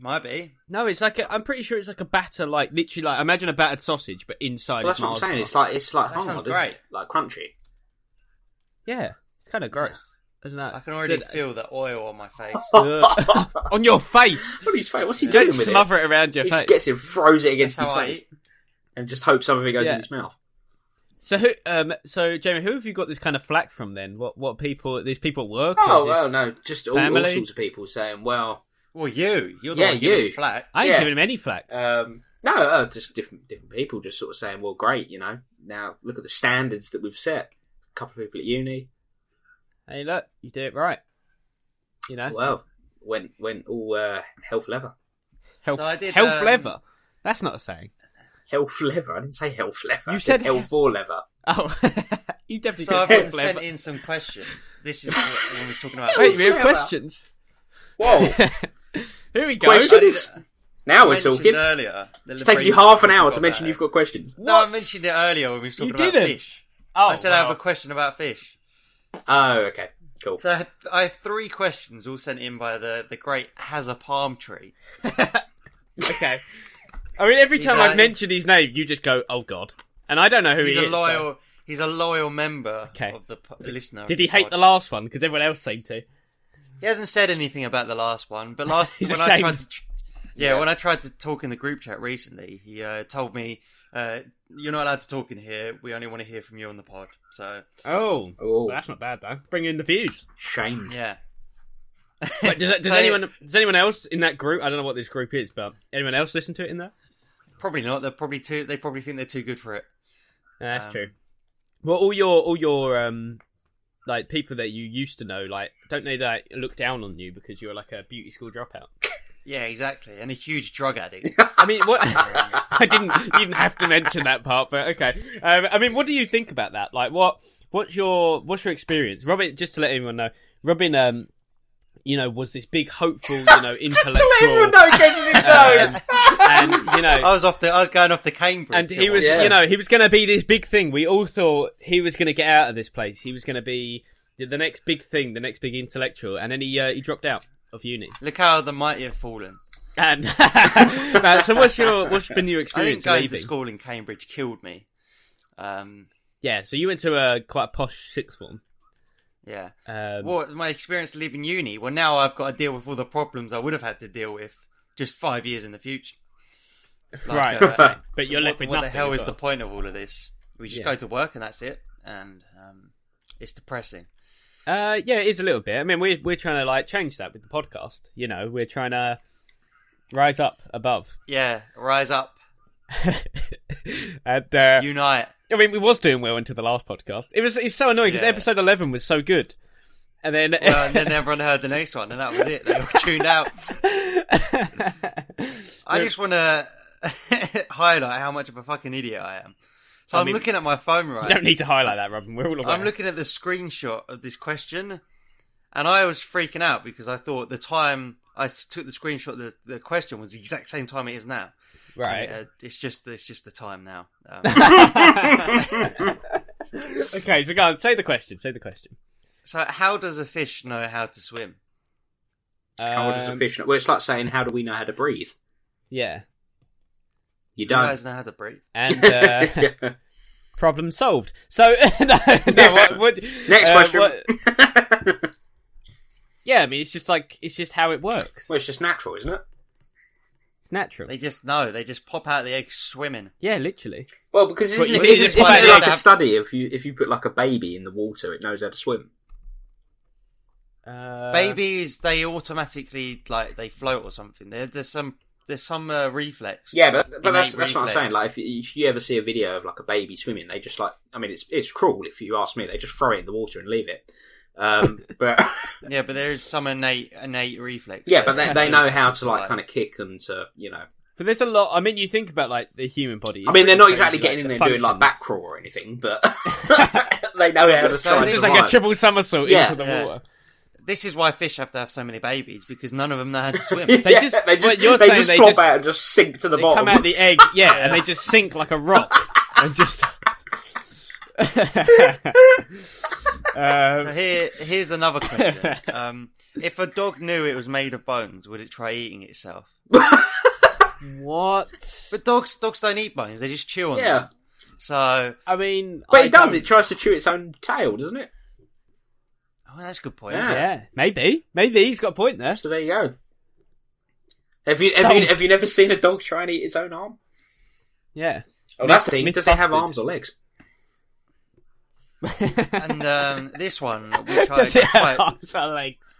Speaker 3: Might be.
Speaker 1: No, it's like a, I'm pretty sure it's like a batter, like literally, like imagine a battered sausage, but inside.
Speaker 2: Well, that's
Speaker 1: is
Speaker 2: what I'm
Speaker 1: Mars
Speaker 2: saying.
Speaker 1: bar.
Speaker 2: It's like it's like
Speaker 3: That
Speaker 2: hard,
Speaker 3: sounds
Speaker 2: isn't
Speaker 3: great.
Speaker 2: it? Like crunchy.
Speaker 1: yeah, it's kind of gross. Isn't that?
Speaker 3: I can already
Speaker 1: Did-
Speaker 3: feel the oil on my face.
Speaker 1: Ugh. on your face.
Speaker 2: What is What's he doing with it?
Speaker 1: Smother it around your
Speaker 2: He
Speaker 1: face.
Speaker 2: just gets it, throws it against
Speaker 3: That's
Speaker 2: his
Speaker 3: how I
Speaker 2: face, and just hope some of it goes
Speaker 1: Yeah.
Speaker 2: in his mouth.
Speaker 1: So who? Um. So Jamie, who have you got this kind of flack from? Then what? What people? These people at work? or
Speaker 2: Oh
Speaker 1: this-
Speaker 2: well, no, just all, all
Speaker 1: family?
Speaker 2: sorts of people saying, "Well,
Speaker 3: Well, you. You're the
Speaker 2: Yeah,
Speaker 3: one giving
Speaker 2: you.
Speaker 3: it flat.
Speaker 1: I ain't
Speaker 2: yeah.
Speaker 1: giving him any flack.
Speaker 2: um, no, uh, just different different people just sort of saying, well, great, you know. Now look at the standards that we've set. A couple of people at uni,
Speaker 1: Hey, look, you did it right. You know,
Speaker 2: well, went went all uh, health leather,
Speaker 1: health,
Speaker 3: So I did,
Speaker 1: health
Speaker 3: um,
Speaker 1: leather. That's not a saying.
Speaker 2: health leather. I didn't say health leather.
Speaker 1: You
Speaker 2: I
Speaker 1: said
Speaker 2: health four leather.
Speaker 1: Oh, you definitely
Speaker 3: So I've
Speaker 1: did
Speaker 3: been
Speaker 1: health leather.
Speaker 3: sent in some questions. This is what I was talking about.
Speaker 1: Wait, we have
Speaker 2: Leather.
Speaker 1: questions.
Speaker 2: Whoa,
Speaker 1: Here we go.
Speaker 2: questions.
Speaker 3: I did-
Speaker 2: Now we're
Speaker 3: mentioned
Speaker 2: talking.
Speaker 3: Earlier, the
Speaker 2: It's taken you
Speaker 3: brain
Speaker 2: half an
Speaker 3: fog
Speaker 2: hour
Speaker 3: got
Speaker 2: to mention
Speaker 3: better.
Speaker 2: you've got questions.
Speaker 3: No, I mentioned it earlier when we was
Speaker 1: You
Speaker 3: talking about
Speaker 1: didn't.
Speaker 3: fish.
Speaker 1: Oh,
Speaker 3: I said I have
Speaker 1: wow.
Speaker 3: a question about fish.
Speaker 2: Oh, okay, cool.
Speaker 3: So I, had, I have three questions all sent in by the, the great Has a Palm Tree.
Speaker 1: okay. I mean, every
Speaker 3: He's
Speaker 1: time
Speaker 3: a-
Speaker 1: I've mentioned his name, you just go, "Oh God," and I don't know who
Speaker 3: He's
Speaker 1: he
Speaker 3: a
Speaker 1: is. so-
Speaker 3: loyal he's a loyal member
Speaker 1: Okay.
Speaker 3: of the po- the listener.
Speaker 1: Did he hate the
Speaker 3: last?
Speaker 1: last one? Because everyone else seemed to.
Speaker 3: He hasn't said anything about the last one, but last
Speaker 1: He's
Speaker 3: when I
Speaker 1: ashamed.
Speaker 3: tried to tr- yeah, when I tried to talk in the group chat recently, he uh, told me uh, you're not allowed to talk in here. We only want to hear from you on the pod. So
Speaker 1: Oh,
Speaker 2: Oh,
Speaker 1: that's not bad though. Bring in the views.
Speaker 2: shame.
Speaker 3: yeah,
Speaker 1: But does, does
Speaker 3: So-
Speaker 1: anyone does anyone else in that group? I don't know what this group is, but anyone else listen to it in there?
Speaker 3: probably not. They're probably too. They probably think they're too good for it.
Speaker 1: Yeah, That's
Speaker 3: Um,
Speaker 1: true. Well, all your all your um like people that you used to know, like don't they like look down on you because you're like a beauty school dropout?
Speaker 3: Yeah, exactly. And a huge drug addict.
Speaker 1: I mean, what? I didn't you didn't have to mention that part, but okay. Um, I mean, what do you think about that? Like, what what's your what's your experience, Robin? Just to let everyone know, Robin, um, you know, was this big hopeful, you know, intellectual, um, and you know,
Speaker 3: I was off the. I was going off the Cambridge.
Speaker 1: and he was
Speaker 2: Yeah.
Speaker 1: you know he was going to be this big thing we all thought he was going to get out of this place he was going to be the, the next big thing the next big intellectual and then he uh, he dropped out of uni
Speaker 3: Look how the mighty have fallen.
Speaker 1: and Uh, so what's your what's been your
Speaker 3: I think
Speaker 1: experience
Speaker 3: going
Speaker 1: leaving?
Speaker 3: to school in Cambridge killed me. Um,
Speaker 1: yeah so you went to a quite a posh sixth form
Speaker 3: yeah.
Speaker 1: um,
Speaker 3: What my experience leaving uni? Well, now I've got to deal with all the problems I would have had to deal with just five years in the future. Like,
Speaker 1: right
Speaker 3: uh,
Speaker 1: okay. but you're left
Speaker 3: what
Speaker 1: with
Speaker 3: what the
Speaker 1: nothing
Speaker 3: hell
Speaker 1: as
Speaker 3: is the
Speaker 1: well.
Speaker 3: point of all of this? We just
Speaker 1: Yeah.
Speaker 3: go to work and that's it, and um, it's depressing.
Speaker 1: Uh, yeah, it is a little bit. I mean, we're we're trying to like change that with the podcast. You know, we're trying to rise up above.
Speaker 3: Yeah, rise up,
Speaker 1: and uh,
Speaker 3: unite.
Speaker 1: I mean, we was doing well until the last podcast. It was it's so annoying because
Speaker 3: Yeah.
Speaker 1: episode eleven was so good, and then
Speaker 3: Well, and then everyone heard the next one, and that was it. They all tuned out. I just want to highlight how much of a fucking idiot I am. So
Speaker 1: I
Speaker 3: I
Speaker 1: mean-
Speaker 3: am looking at my phone right.
Speaker 1: You don't need to highlight that, Robin. We're all aware.
Speaker 3: I'm looking at the screenshot of this question, and I was freaking out because I thought the time I s- took the screenshot of the, the question was the exact same time it is now.
Speaker 1: right.
Speaker 3: Uh, it's just it's just the time now. Um,
Speaker 1: okay, so go on. Say the question. Say the question.
Speaker 3: so how does a fish know how to swim?
Speaker 2: How does a
Speaker 1: Um,
Speaker 2: fish? know- Well, it's like saying, how do we know how to breathe?
Speaker 1: Yeah,
Speaker 2: You
Speaker 3: Do you
Speaker 2: don't.
Speaker 3: guys know how to breathe?
Speaker 1: and uh, problem solved. So no, no, what, what,
Speaker 2: Next
Speaker 1: uh,
Speaker 2: question.
Speaker 1: what- yeah, I mean, it's just like it's just how it works.
Speaker 2: well, it's just natural, isn't it?
Speaker 1: It's natural.
Speaker 3: They just know. They just pop out of the egg swimming.
Speaker 1: Yeah, literally.
Speaker 2: Well, because isn't,
Speaker 1: Well,
Speaker 2: it,
Speaker 1: you-
Speaker 2: isn't,
Speaker 1: it's why
Speaker 2: isn't it
Speaker 1: they
Speaker 2: like a
Speaker 3: have-
Speaker 2: study? If you if you put like a baby in the water, it knows how to swim.
Speaker 1: Uh,
Speaker 3: Babies, they automatically like they float or something. There, there's some there's some uh, reflex.
Speaker 2: Yeah, but but that's
Speaker 3: innate
Speaker 2: that's what I'm saying.
Speaker 3: reflex.
Speaker 2: Like if you, if you ever see a video of like a baby swimming, they just like I mean it's it's cruel if you ask me. They just throw it in the water and leave it. Um, but
Speaker 3: yeah, but there is some innate innate reflex.
Speaker 2: yeah, but they,
Speaker 3: that
Speaker 2: they know
Speaker 3: it's
Speaker 2: how
Speaker 3: just
Speaker 2: to like kind of kick and to you know.
Speaker 1: But there's a lot. I mean, you think about like the human body.
Speaker 2: I mean they're not
Speaker 1: It's
Speaker 2: exactly
Speaker 1: crazy,
Speaker 2: getting in there
Speaker 1: like,
Speaker 2: and
Speaker 1: the
Speaker 2: doing like back
Speaker 1: functions.
Speaker 2: crawl or anything, but they know how to try.
Speaker 3: So this
Speaker 2: and
Speaker 1: It's
Speaker 3: is
Speaker 1: like a
Speaker 2: survive.
Speaker 1: triple somersault
Speaker 2: Yeah.
Speaker 1: into the
Speaker 3: Yeah.
Speaker 1: water.
Speaker 3: This is why fish have to have so many babies because none of them know how to swim.
Speaker 1: They
Speaker 2: Yeah,
Speaker 1: just-
Speaker 2: they just
Speaker 1: what you're
Speaker 2: they
Speaker 1: saying,
Speaker 2: just
Speaker 1: they
Speaker 2: plop
Speaker 1: just-
Speaker 2: out and just sink to the
Speaker 1: They
Speaker 2: bottom.
Speaker 1: come out the egg, yeah, and they just sink like a rock and just.
Speaker 3: So
Speaker 1: um,
Speaker 3: here, here's another question. Um, if a dog knew it was made of bones, would it try eating itself?
Speaker 1: what?
Speaker 3: But dogs, dogs don't eat bones; they just chew on
Speaker 2: Yeah.
Speaker 3: them. So,
Speaker 1: I mean,
Speaker 2: But
Speaker 1: I
Speaker 2: it does.
Speaker 1: don't-
Speaker 2: It tries to chew its own tail, doesn't it?
Speaker 3: oh, that's a good point.
Speaker 2: Yeah.
Speaker 1: Yeah, maybe, maybe he's got a point there.
Speaker 2: So there you go. Have you have you
Speaker 1: So-
Speaker 2: have you never seen a dog try and eat its own arm?
Speaker 1: Yeah.
Speaker 2: Oh, that's the thing.
Speaker 1: Myth
Speaker 2: Does it have
Speaker 1: busted.
Speaker 2: arms or legs?
Speaker 3: And um, this one, which I
Speaker 1: Does it have
Speaker 3: quite,
Speaker 1: arms or legs?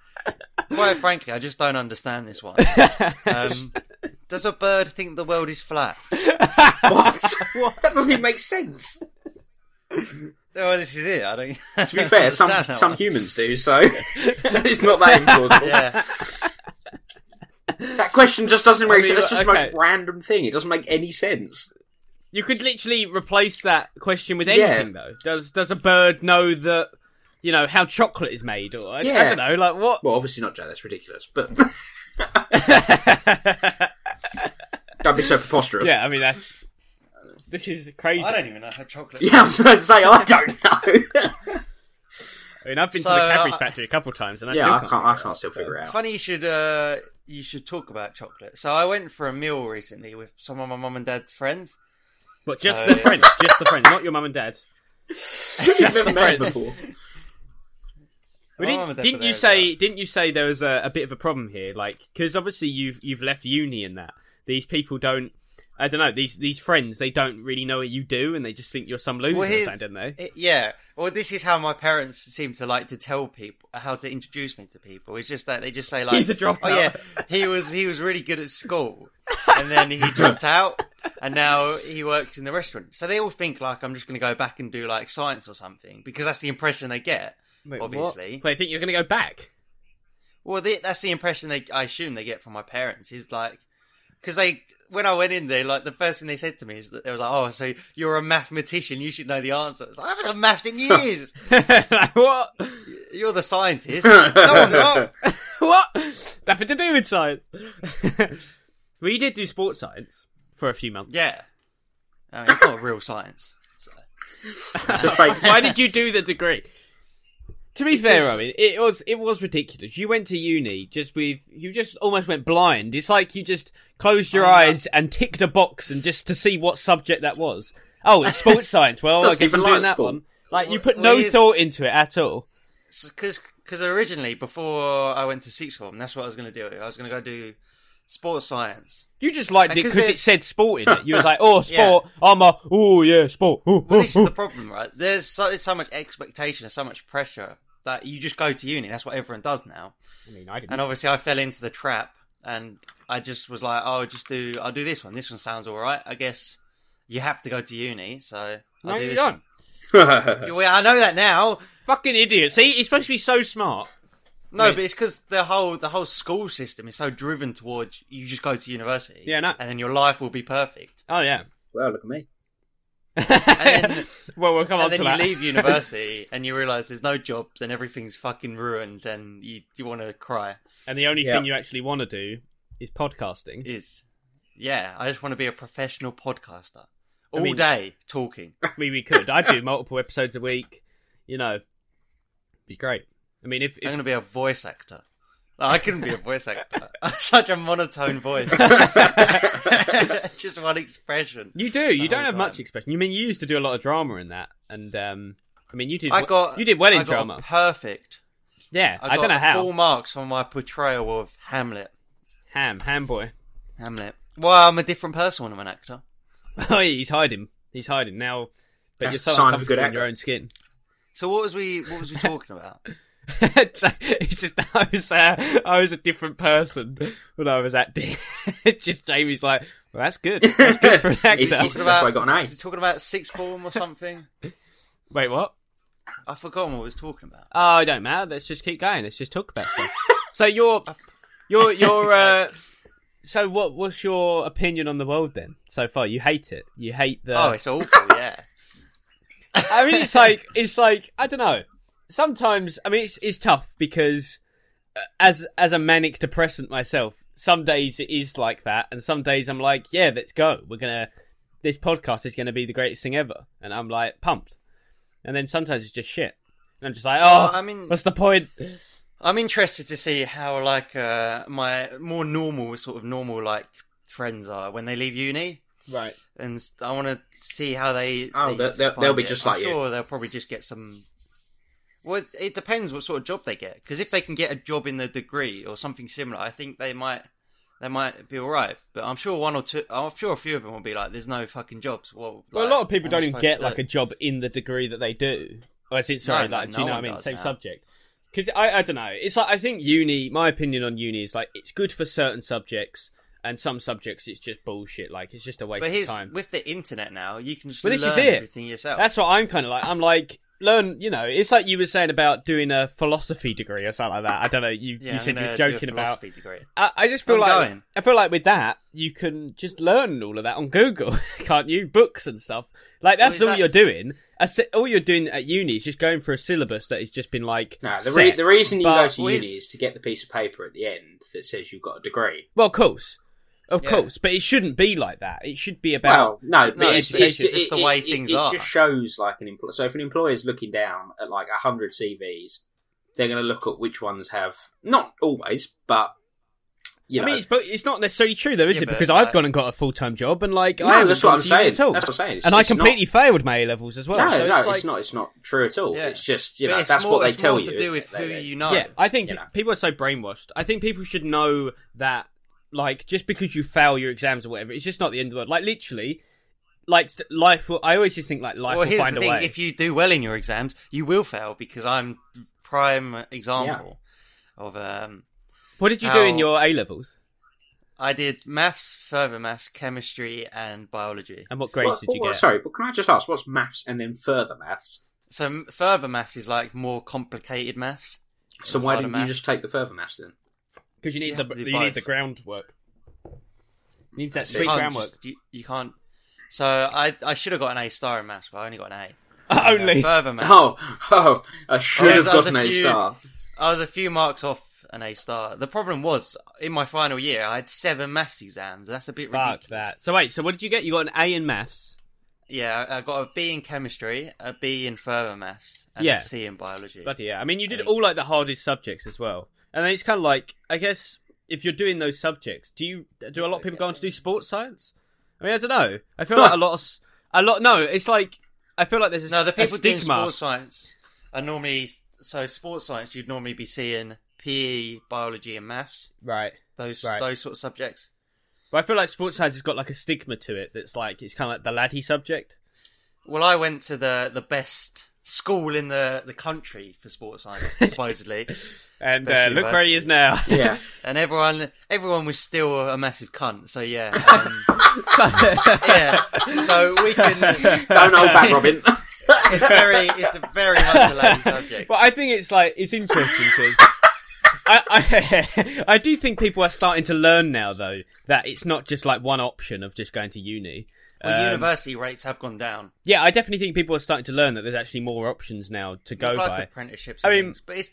Speaker 3: quite frankly, I just don't understand this one. Um, does a bird think the world is flat?
Speaker 2: What? That doesn't even make sense.
Speaker 3: Oh, this is it. I don't.
Speaker 2: To be fair, some some humans do, so it's not that implausible.
Speaker 3: Yeah,
Speaker 2: That question just doesn't
Speaker 1: I
Speaker 2: make
Speaker 1: mean,
Speaker 2: sense. That's just the
Speaker 1: okay.
Speaker 2: most random thing. It doesn't make any sense.
Speaker 1: You could literally replace that question with
Speaker 2: Yeah.
Speaker 1: anything, though. Does does a bird know that you know how chocolate is made, or I,
Speaker 2: Yeah.
Speaker 1: don't know, like what?
Speaker 2: Well, obviously not, Joe. That's ridiculous. But
Speaker 1: yeah,
Speaker 2: don't be so preposterous.
Speaker 1: I mean that's this is crazy.
Speaker 3: I
Speaker 1: I,
Speaker 3: don't even know how chocolate.
Speaker 2: Yeah, I was going to say I don't know.
Speaker 1: mean, I've been
Speaker 3: So,
Speaker 1: to the Cadbury's
Speaker 3: uh,
Speaker 1: factory a couple of times, and I
Speaker 2: yeah,
Speaker 1: still
Speaker 2: I
Speaker 1: can't.
Speaker 2: can't. I can't still figure it out.
Speaker 3: Funny you should uh, you should talk about chocolate. So I went for a meal recently with some of my mum and dad's friends.
Speaker 1: But just
Speaker 3: So-
Speaker 1: the friends, just the friends, not your mum and dad.
Speaker 2: You've never
Speaker 1: Friends.
Speaker 2: met before.
Speaker 1: Well,
Speaker 3: My
Speaker 1: didn't
Speaker 3: mum and dad were
Speaker 1: didn't
Speaker 3: there
Speaker 1: you
Speaker 3: as well.
Speaker 1: say? Didn't you say there was a, a bit of a problem here? Like, because obviously you've you've left uni and that these people don't. I don't know. These these friends they don't really know what you do, and they just think you're some loser,
Speaker 3: Well,
Speaker 1: or
Speaker 3: here's-
Speaker 1: something, don't they?
Speaker 3: It- yeah. Well, this is how my parents seem to like to tell people how to introduce me to people. It's just that they just say like,
Speaker 1: He's a dropout.
Speaker 3: "Oh yeah, he was he was really good at school, and then he dropped out, and now he works in the restaurant." So they all think like I'm just going to go back and do like science or something because that's the impression they get.
Speaker 1: Wait,
Speaker 3: obviously.
Speaker 1: What? Wait, I think you're going to go back.
Speaker 3: Well, they, that's the impression they I assume they get from my parents is like because they when I went in there, like the first thing they said to me is that they was like, "Oh, so you're a mathematician? You should know the answers." I haven't done maths in years.
Speaker 1: like, what?
Speaker 3: You're the scientist. no, I'm not.
Speaker 1: What? Nothing to do with science. well, you did do sports science for a few months.
Speaker 3: Yeah. I mean, it's not real science.
Speaker 2: It's a fake.
Speaker 1: Why did you do the degree? To be fair,
Speaker 3: Because-
Speaker 1: I mean, it was it was ridiculous. You went to uni just with you just almost went blind. It's like you just closed your
Speaker 3: I know.
Speaker 1: eyes and ticked a box and just to see what subject that was. Oh, it's sports science. Well, I
Speaker 2: Doesn't
Speaker 1: guess I'm
Speaker 2: even
Speaker 1: doing
Speaker 2: like
Speaker 1: that
Speaker 2: sport.
Speaker 1: one. Like you
Speaker 3: Well,
Speaker 1: put
Speaker 3: well,
Speaker 1: no
Speaker 3: here's-
Speaker 1: thought into it at all.
Speaker 3: Because originally, before I went to sixth form, that's what I was going to do. I was going to go do sports science.
Speaker 1: You just liked it
Speaker 3: Because
Speaker 1: because it...
Speaker 3: it-
Speaker 1: said sport in it. You was like, oh,
Speaker 3: Yeah.
Speaker 1: sport. I'm a, oh, yeah, sport. Oh,
Speaker 3: Well,
Speaker 1: oh,
Speaker 3: this is the problem, right? There's so, so much expectation and so much pressure that you just go to uni. That's what everyone does now.
Speaker 1: I mean, I didn't.
Speaker 3: And obviously, I fell into the trap and I just was like, oh, just do, I'll do this one. This one sounds all right. I guess you have to go to uni. So I'll
Speaker 1: No,
Speaker 3: do
Speaker 1: you
Speaker 3: this
Speaker 1: don't.
Speaker 3: one. Yeah, I know that now.
Speaker 1: Fucking idiot. See, he's supposed to be so smart.
Speaker 3: No,
Speaker 1: Wait.
Speaker 3: but it's because the whole the whole school system is so driven towards you just go to university,
Speaker 1: Yeah, no.
Speaker 3: and then your life will be perfect.
Speaker 1: Oh, yeah.
Speaker 2: well, look at me.
Speaker 3: then-
Speaker 1: well, we'll come on
Speaker 3: and then
Speaker 1: to
Speaker 3: you
Speaker 1: that.
Speaker 3: leave university and you realise there's no jobs and everything's fucking ruined, and you you want to cry.
Speaker 1: and the only
Speaker 2: Yeah.
Speaker 1: thing you actually want to do is podcasting.
Speaker 3: Is yeah, I just want to be a professional podcaster all
Speaker 1: mean-
Speaker 3: day talking.
Speaker 1: I mean, we could. I'd do multiple episodes a week. You know, be great. I mean, if.
Speaker 3: I'm
Speaker 1: if...
Speaker 3: gonna be a voice actor. No, I couldn't be a voice actor. I'm such a monotone voice. just one expression.
Speaker 1: You do. You
Speaker 3: the
Speaker 1: don't
Speaker 3: whole
Speaker 1: have much
Speaker 3: time.
Speaker 1: expression. You mean you used to do a lot of drama in that, and um, I mean you did.
Speaker 3: I
Speaker 1: we-
Speaker 3: got
Speaker 1: you did well in
Speaker 3: I got a
Speaker 1: drama.
Speaker 3: perfect.
Speaker 1: Yeah, I,
Speaker 3: I, got
Speaker 1: don't know how.
Speaker 3: full marks for my portrayal of Hamlet.
Speaker 1: Ham, ham boy.
Speaker 3: Hamlet. Well, I'm a different person when I'm an actor.
Speaker 1: Oh, yeah, he's hiding. He's hiding now. But
Speaker 2: That's
Speaker 1: you're so
Speaker 2: the sign of a good
Speaker 1: uncomfortable in your
Speaker 2: actor.
Speaker 1: own skin.
Speaker 3: So what was we what was we talking about?
Speaker 1: so, it's just that I was uh, I was a different person when I was acting. it's just Jamie's like, well, that's good. That's good for an
Speaker 2: He's-
Speaker 1: actor.
Speaker 2: he's- that's why I got
Speaker 3: we
Speaker 2: an
Speaker 3: were talking about sixth form or something.
Speaker 1: Wait, what?
Speaker 3: I've forgotten what we was talking about.
Speaker 1: Oh, it don't matter. Let's just keep going. Let's just talk about stuff. so your your your uh, so what? What's your opinion on the world then? So far, you hate it. You hate the.
Speaker 3: oh, it's awful. Yeah.
Speaker 1: I mean, it's like it's like I don't know. Sometimes I mean, it's it's tough because uh, as as a manic depressant myself, some days it is like that, and some days I'm like, yeah, let's go. We're gonna this podcast is gonna be the greatest thing ever, and I'm like pumped. and then sometimes it's just shit. And I'm just like, oh,
Speaker 3: I mean,
Speaker 1: what's the point?
Speaker 3: I'm interested to see how like uh, my more normal sort of normal like friends are when they leave uni,
Speaker 1: Right.
Speaker 3: and s- I want to see how they.
Speaker 2: Oh,
Speaker 3: they
Speaker 2: they- they'll-
Speaker 3: find
Speaker 2: they'll be
Speaker 3: it.
Speaker 2: just
Speaker 3: I'm
Speaker 2: like you.
Speaker 3: sure they'll probably just get some. Well, it depends what sort of job they get. Because if they can get a job in the degree or something similar, I think they might they might be all right. But I'm sure one or two, I'm sure a few of them will be like, "There's no fucking jobs." Well,
Speaker 1: Well, a
Speaker 3: like,
Speaker 1: lot of people
Speaker 3: what am
Speaker 1: don't
Speaker 3: I
Speaker 1: even
Speaker 3: supposed
Speaker 1: get
Speaker 3: to
Speaker 1: like
Speaker 3: do?
Speaker 1: a job in the degree that they do. Or is it sorry,
Speaker 3: No,
Speaker 1: like
Speaker 3: no
Speaker 1: do you know
Speaker 3: one
Speaker 1: what I mean?
Speaker 3: does
Speaker 1: Same
Speaker 3: now.
Speaker 1: subject. Because I, I don't know. It's like I think uni. My opinion on uni is like it's good for certain subjects, and some subjects it's just bullshit. Like it's just a waste
Speaker 3: But
Speaker 1: of
Speaker 3: here's
Speaker 1: time.
Speaker 3: with the internet now, you can just
Speaker 1: Well, this
Speaker 3: learn
Speaker 1: is it.
Speaker 3: everything yourself.
Speaker 1: That's what I'm kind of like. I'm like learn. You know, it's like you were saying about doing a philosophy degree or something like that. I don't know. You
Speaker 3: yeah,
Speaker 1: you
Speaker 3: I'm
Speaker 1: said you
Speaker 3: gonna
Speaker 1: were
Speaker 3: do a
Speaker 1: joking about
Speaker 3: philosophy degree.
Speaker 1: I, I just feel
Speaker 3: I'm
Speaker 1: like
Speaker 3: going.
Speaker 1: I feel like with that you can just learn all of that on Google, can't you? Books and stuff. Like that's
Speaker 3: Well,
Speaker 1: all
Speaker 3: exact-
Speaker 1: you're doing. A si- all you're doing at uni is just going for a syllabus that has just been like.
Speaker 2: No, the,
Speaker 1: set.
Speaker 2: re- the reason you
Speaker 1: But
Speaker 2: go to
Speaker 3: with-
Speaker 2: uni is to get the piece of paper at the end that says you've got a degree.
Speaker 1: well, of course, of
Speaker 3: Yeah.
Speaker 1: course, but it shouldn't be like that. It should be about.
Speaker 2: Well, no, but
Speaker 3: No,
Speaker 2: it's,
Speaker 3: it's-
Speaker 2: it's
Speaker 3: it's just the way
Speaker 2: it-
Speaker 3: things
Speaker 2: it,
Speaker 3: are.
Speaker 2: It just shows like an employer. So if an employer is looking down at like hundred CVs, they're going to look at which ones have not always, but you
Speaker 1: I
Speaker 2: know.
Speaker 1: mean, it's, but it's not necessarily true though, is
Speaker 3: Yeah,
Speaker 1: it?
Speaker 3: but,
Speaker 1: Because
Speaker 3: uh,
Speaker 1: I've gone and got a full time job, and like I
Speaker 2: no,
Speaker 1: haven't
Speaker 2: that's
Speaker 1: gone
Speaker 2: what I'm
Speaker 1: to uni
Speaker 2: saying.
Speaker 1: at all.
Speaker 2: That's what I'm saying. It's-
Speaker 1: and I
Speaker 2: it's not-
Speaker 1: completely failed my A levels as well.
Speaker 2: No,
Speaker 1: so
Speaker 2: no,
Speaker 1: it's, like,
Speaker 2: it's not. It's not true at all.
Speaker 3: Yeah.
Speaker 2: It's just you
Speaker 3: But
Speaker 2: know
Speaker 3: it's
Speaker 2: that's
Speaker 3: more,
Speaker 2: what they
Speaker 3: it's
Speaker 2: tell
Speaker 3: more
Speaker 2: you.
Speaker 3: to do
Speaker 2: isn't
Speaker 3: with
Speaker 2: it?
Speaker 3: who
Speaker 2: They-
Speaker 3: you know.
Speaker 1: Yeah, I think
Speaker 2: You know.
Speaker 1: people are so brainwashed. I think people should know that, like, just because you fail your exams or whatever, it's just not the end of the world. Like, literally, like st- life. Will, I always just think like life will
Speaker 3: well, here's
Speaker 1: find
Speaker 3: the
Speaker 1: a
Speaker 3: thing:
Speaker 1: way.
Speaker 3: if you do well in your exams, you will fail because I'm prime example of. Um,
Speaker 1: what did you do in
Speaker 3: how-
Speaker 1: your A levels?
Speaker 3: I did maths, further maths, chemistry, and biology.
Speaker 1: And what grades
Speaker 2: What-
Speaker 1: did you
Speaker 2: what-
Speaker 1: get?
Speaker 2: Sorry, but can I just ask what's maths and then further maths?
Speaker 3: So m- further maths is like more complicated maths.
Speaker 2: So why
Speaker 3: Harder
Speaker 2: didn't you
Speaker 3: maths.
Speaker 2: just take the further maths then?
Speaker 1: Because you
Speaker 3: You
Speaker 1: need
Speaker 3: have
Speaker 1: the
Speaker 3: to do
Speaker 1: you need
Speaker 3: both.
Speaker 1: the groundwork. Needs that
Speaker 2: So
Speaker 1: sweet
Speaker 3: can't
Speaker 1: groundwork.
Speaker 3: just- you, you can't. So I I should have got an A star in maths, but I only got an A. And, uh,
Speaker 1: Only
Speaker 3: further maths.
Speaker 2: Oh, oh, I should
Speaker 3: Oh,
Speaker 2: have
Speaker 3: that was
Speaker 2: gotten
Speaker 3: a
Speaker 2: a
Speaker 3: few-
Speaker 2: star.
Speaker 3: I was a few marks off an A star. The problem was in my final year, I had seven maths exams. That's a bit
Speaker 1: fuck
Speaker 3: ridiculous.
Speaker 1: that. So wait, so what did you get? You got an A in maths.
Speaker 3: Yeah, I I got a B in chemistry, a B in further maths, and
Speaker 1: Yeah.
Speaker 3: a C in biology.
Speaker 1: Bloody yeah. I mean, you did
Speaker 3: Eight.
Speaker 1: all like the hardest subjects as well, and then it's kind of like I guess if you're doing those subjects, do you do a lot of people go on to do sports science? I mean, I don't know. I feel like a lot of s- a lot. No, it's like I feel like there's a,
Speaker 3: no, the
Speaker 1: a
Speaker 3: people doing
Speaker 1: stigma.
Speaker 3: sports science are normally so sports science. You'd normally be seeing PE, biology, and maths.
Speaker 1: right.
Speaker 3: Those
Speaker 1: Right.
Speaker 3: those sort of subjects.
Speaker 1: But I feel like sports science has got like a stigma to it that's like it's kind of like the laddie subject.
Speaker 3: Well, I went to the the best school in the the country for sports science, supposedly,
Speaker 1: And uh,
Speaker 3: Best
Speaker 1: look where he
Speaker 3: university.
Speaker 1: is now.
Speaker 2: Yeah.
Speaker 3: and everyone everyone was still a massive cunt. So yeah, um, yeah. So we can.
Speaker 2: Don't hold back, Robin.
Speaker 3: It's very it's a very much a lady subject.
Speaker 1: But I think it's like it's interesting because I, I I do think people are starting to learn now though that it's not just like one option of just going to uni.
Speaker 3: Well,
Speaker 1: Um,
Speaker 3: university rates have gone down.
Speaker 1: yeah, I definitely think people are starting to learn that there's actually more options now to go
Speaker 3: With, like
Speaker 1: by.
Speaker 3: apprenticeships.
Speaker 1: I
Speaker 3: and
Speaker 1: mean-
Speaker 3: things, but it's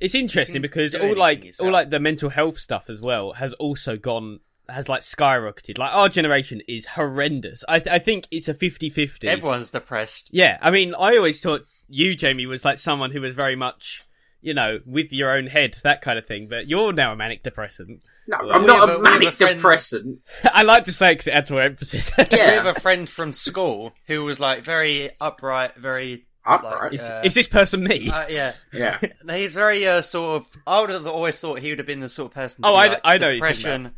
Speaker 1: It's interesting
Speaker 3: can
Speaker 1: because
Speaker 3: do
Speaker 1: all like
Speaker 3: anything
Speaker 1: all
Speaker 3: yourself.
Speaker 1: like the mental health stuff as well has also gone has like skyrocketed. Like our generation is horrendous. I I think it's a 50-50.
Speaker 3: everyone's depressed.
Speaker 1: Yeah, I mean, I always thought you, Jamie, was like someone who was very much, you know, with your own head, that kind of thing. But you're now a manic depressant.
Speaker 2: No,
Speaker 1: Well,
Speaker 2: I'm
Speaker 3: we
Speaker 2: not
Speaker 3: have a-
Speaker 2: a
Speaker 3: we have a
Speaker 2: manic
Speaker 3: friend-
Speaker 2: depressant.
Speaker 1: I like to say because it adds more emphasis.
Speaker 2: Yeah.
Speaker 3: We have a friend from school who was like very upright, very
Speaker 2: Upright?
Speaker 3: Like, uh,
Speaker 1: Is this person me?
Speaker 3: uh, yeah.
Speaker 2: Yeah.
Speaker 3: No, he's very uh, sort of. I would have always thought he would have been the sort of person. to
Speaker 1: Oh,
Speaker 3: be
Speaker 1: I-
Speaker 3: like,
Speaker 1: I know who you're talking
Speaker 3: Depression.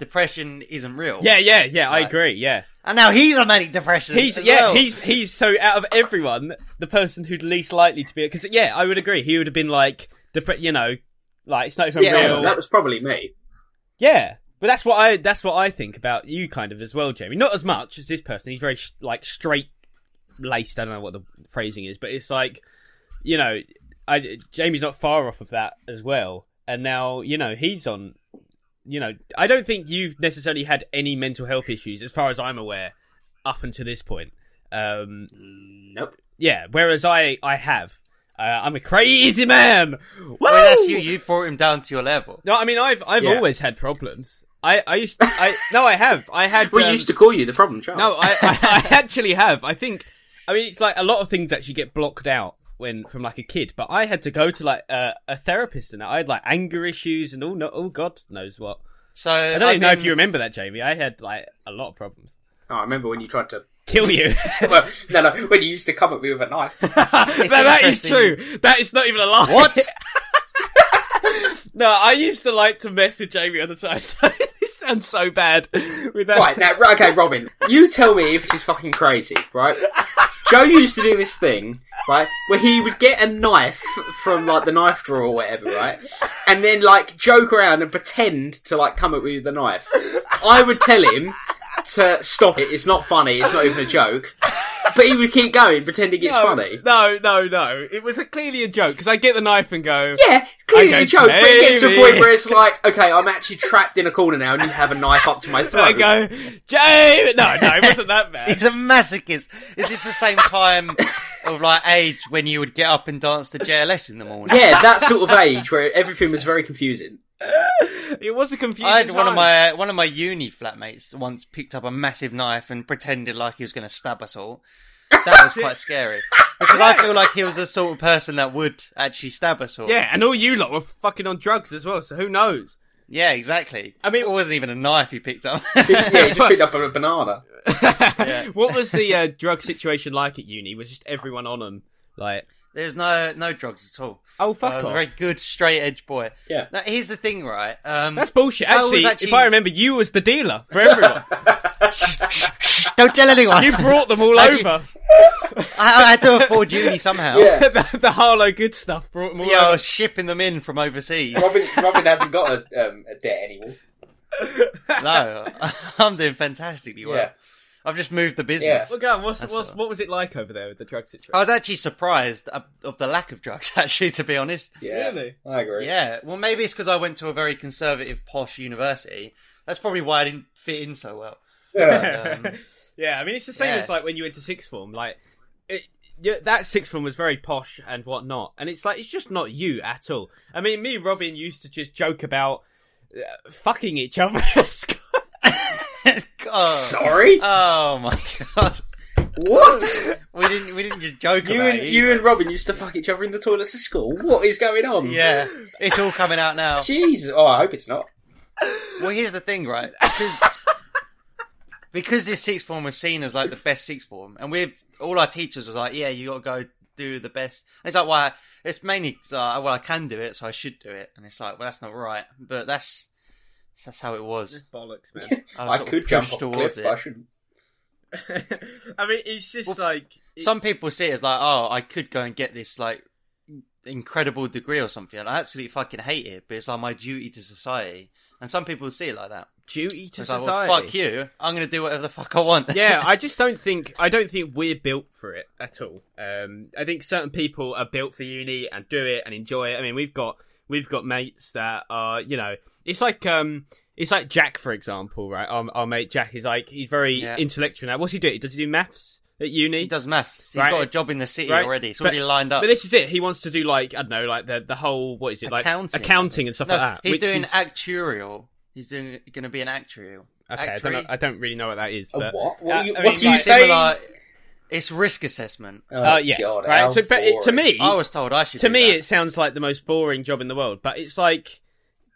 Speaker 3: Depression isn't real.
Speaker 1: yeah, yeah, yeah. I
Speaker 3: Right.
Speaker 1: agree. Yeah,
Speaker 3: And now he's a manic depression.
Speaker 1: he's
Speaker 3: as
Speaker 1: yeah
Speaker 3: well.
Speaker 1: he's he's so out of everyone, the person who'd least likely to be because yeah, I would agree. He would have been like depre- you know, like it's not even
Speaker 3: Yeah,
Speaker 1: real.
Speaker 2: That was probably me.
Speaker 1: Yeah, but that's what I that's what I think about you, kind of as well, Jamie. Not as much as this person. He's very sh- like straight laced. I don't know what the phrasing is, but it's like you know, I Jamie's not far off of that as well. And now you know he's on. You know, I don't think you've necessarily had any mental health issues, as far as I'm aware, up until this point. Um,
Speaker 2: Mm, Nope.
Speaker 1: yeah. Whereas I, I have. Uh, I'm a crazy man. Woo!
Speaker 3: I mean, that's you. You brought him down to your level.
Speaker 1: No, I mean I've I've
Speaker 2: Yeah.
Speaker 1: always had problems. I I used I no I have I had
Speaker 2: We
Speaker 1: um,
Speaker 2: used to call you the problem child.
Speaker 1: no I, I I actually have I think I mean, it's like a lot of things actually get blocked out when from like a kid. But I had to go to like a, a therapist, and I had like anger issues and all. No, oh God knows what.
Speaker 3: So
Speaker 1: I don't even know if you remember that, Jamie. I had like a lot of problems.
Speaker 2: Oh, I remember when you tried to.
Speaker 1: Kill you.
Speaker 2: Well, no, no, when you used to come at me with a knife.
Speaker 1: But that is
Speaker 3: interesting.
Speaker 1: true. That is not even a lie.
Speaker 3: What?
Speaker 1: No, I used to like to mess with Jamie on the time. So this sounds so bad. With that,
Speaker 2: Right now, right, okay, Robin, you tell me if she's fucking crazy, right? Joe used to do this thing, right, where he would get a knife from like the knife drawer or whatever, right, and then like joke around and pretend to like come at me with the knife. I would tell him to stop it. It's not funny. It's not even a joke. But he would keep going, pretending it's
Speaker 1: no,
Speaker 2: funny.
Speaker 1: No, no, no. It was a, clearly a joke because I get the knife and go.
Speaker 2: Yeah, clearly
Speaker 1: I go,
Speaker 2: a joke. But it gets to a
Speaker 1: "Maybe."
Speaker 2: point where it's like, okay, I'm actually trapped in a corner now, and you have a knife up to my throat.
Speaker 1: I go, Jamie. No, no, it wasn't that bad.
Speaker 3: He's a masochist. Is this the same time of like age when you would get up and dance to JLS in the morning?
Speaker 2: Yeah, that sort of age where everything was very confusing.
Speaker 1: It was a confusing.
Speaker 3: I had one of
Speaker 1: time.
Speaker 3: my one of my uni flatmates once picked up a massive knife and pretended like he was going to stab us all. That was quite scary because I feel like he was the sort of person that would actually stab us all.
Speaker 1: Yeah, and all you lot were fucking on drugs as well. So who knows?
Speaker 3: yeah, exactly.
Speaker 1: I mean-
Speaker 3: it wasn't even a knife he picked up.
Speaker 2: Just- yeah, you just picked up a banana.
Speaker 1: What was the uh, drug situation like at uni? Was just everyone on them? Like,
Speaker 3: There's no no drugs at all.
Speaker 1: oh fuck
Speaker 3: I was
Speaker 1: off.
Speaker 3: a very good straight edge boy.
Speaker 2: Yeah.
Speaker 3: Now, here's the thing, right? Um,
Speaker 1: That's bullshit.
Speaker 3: I was
Speaker 1: Actually,
Speaker 3: actually-
Speaker 1: if I remember, you was the dealer for everyone.
Speaker 3: don't tell anyone.
Speaker 1: you brought them all
Speaker 3: How do you-
Speaker 1: over.
Speaker 3: I, I had to afford uni somehow.
Speaker 2: Yeah.
Speaker 1: the, the Harlow Good stuff brought them all
Speaker 3: Yeah, I
Speaker 1: over.
Speaker 3: was shipping them in from overseas.
Speaker 2: Robin, Robin hasn't got a, um, a debt anymore.
Speaker 3: no, I'm doing fantastically well.
Speaker 2: Yeah.
Speaker 3: I've just moved the business.
Speaker 2: Yeah.
Speaker 1: Well, go on. What's,
Speaker 3: That's
Speaker 1: what's,
Speaker 3: all right. Uh,
Speaker 1: what was it like over there with the drug situation?
Speaker 3: I was actually surprised of- of the lack of drugs, actually, to be honest.
Speaker 2: Yeah,
Speaker 1: Really?
Speaker 2: I agree.
Speaker 3: Yeah, well, maybe it's because I went to a very conservative, posh university. That's probably why I didn't fit in so well.
Speaker 2: Yeah.
Speaker 3: um,
Speaker 1: yeah, I mean, it's the same
Speaker 3: yeah.
Speaker 1: as like when you went to sixth form. Like, it, yeah, that sixth form was very posh and whatnot, and it's like it's just not you at all. I mean, me and Robin used to just joke about uh, fucking each other. at school.
Speaker 3: God.
Speaker 2: Sorry,
Speaker 3: Oh my god,
Speaker 2: what?
Speaker 3: we didn't we didn't just joke
Speaker 2: You
Speaker 3: about
Speaker 2: and
Speaker 3: it.
Speaker 2: you
Speaker 3: either.
Speaker 2: and Robin used to fuck each other in the toilets at school. What is going on?
Speaker 3: yeah, it's all coming out now.
Speaker 2: Jesus. Oh, I hope it's not.
Speaker 3: Well, here's the thing, right? Because because this sixth form was seen as like the best sixth form, and we all our teachers was like, "Yeah, you got to go do the best." And it's like, why? it's mainly 'cause, uh, well, I can do it, so I should do it, and it's like, well, that's not right, but that's that's how it was.
Speaker 1: Bollocks, man.
Speaker 3: was
Speaker 2: I,
Speaker 3: sort of
Speaker 2: could jump
Speaker 3: pushed
Speaker 2: off a cliff, but I shouldn't.
Speaker 1: I mean, it's just
Speaker 3: Well,
Speaker 1: like it-
Speaker 3: Some people see it as like, oh, I could go and get this like incredible degree or something. And I absolutely fucking hate it, but it's like my duty to society. And some people see it like that.
Speaker 1: duty to
Speaker 3: it's
Speaker 1: society.
Speaker 3: like, well, fuck you. I'm gonna do whatever the fuck I want.
Speaker 1: yeah, I just don't think I don't think we're built for it at all. Um, I think certain people are built for uni and do it and enjoy it. I mean, we've got we've got mates that are you know it's like um it's like Jack for example, right? Our, our mate Jack is like he's very
Speaker 3: Yeah.
Speaker 1: intellectual now. What's he do? Does he do maths at uni?
Speaker 3: He does maths. He's
Speaker 1: Right.
Speaker 3: got a job in the city
Speaker 1: Right.
Speaker 3: already. It's
Speaker 1: But-
Speaker 3: already lined up.
Speaker 1: But this is it. He wants to do like I don't know, like the the whole what is it like
Speaker 3: Accounting.
Speaker 1: accounting and stuff
Speaker 3: no,
Speaker 1: like that.
Speaker 3: he's
Speaker 1: which
Speaker 3: doing
Speaker 1: is-
Speaker 3: actuarial. He's doing going to be an actuarial.
Speaker 1: okay. I don't, know, I don't really know what that is.
Speaker 2: A
Speaker 1: But,
Speaker 2: what? What,
Speaker 1: Uh,
Speaker 2: are you,
Speaker 1: I mean,
Speaker 2: what are you
Speaker 1: like-
Speaker 2: saying?
Speaker 3: Similar. uh, It's risk assessment.
Speaker 1: uh, yeah,
Speaker 2: God, how
Speaker 1: right. So, but it, to
Speaker 2: boring.
Speaker 1: me,
Speaker 3: I was told I should.
Speaker 1: to
Speaker 3: do
Speaker 1: me
Speaker 3: that.
Speaker 1: it sounds like the most boring job in the world but it's like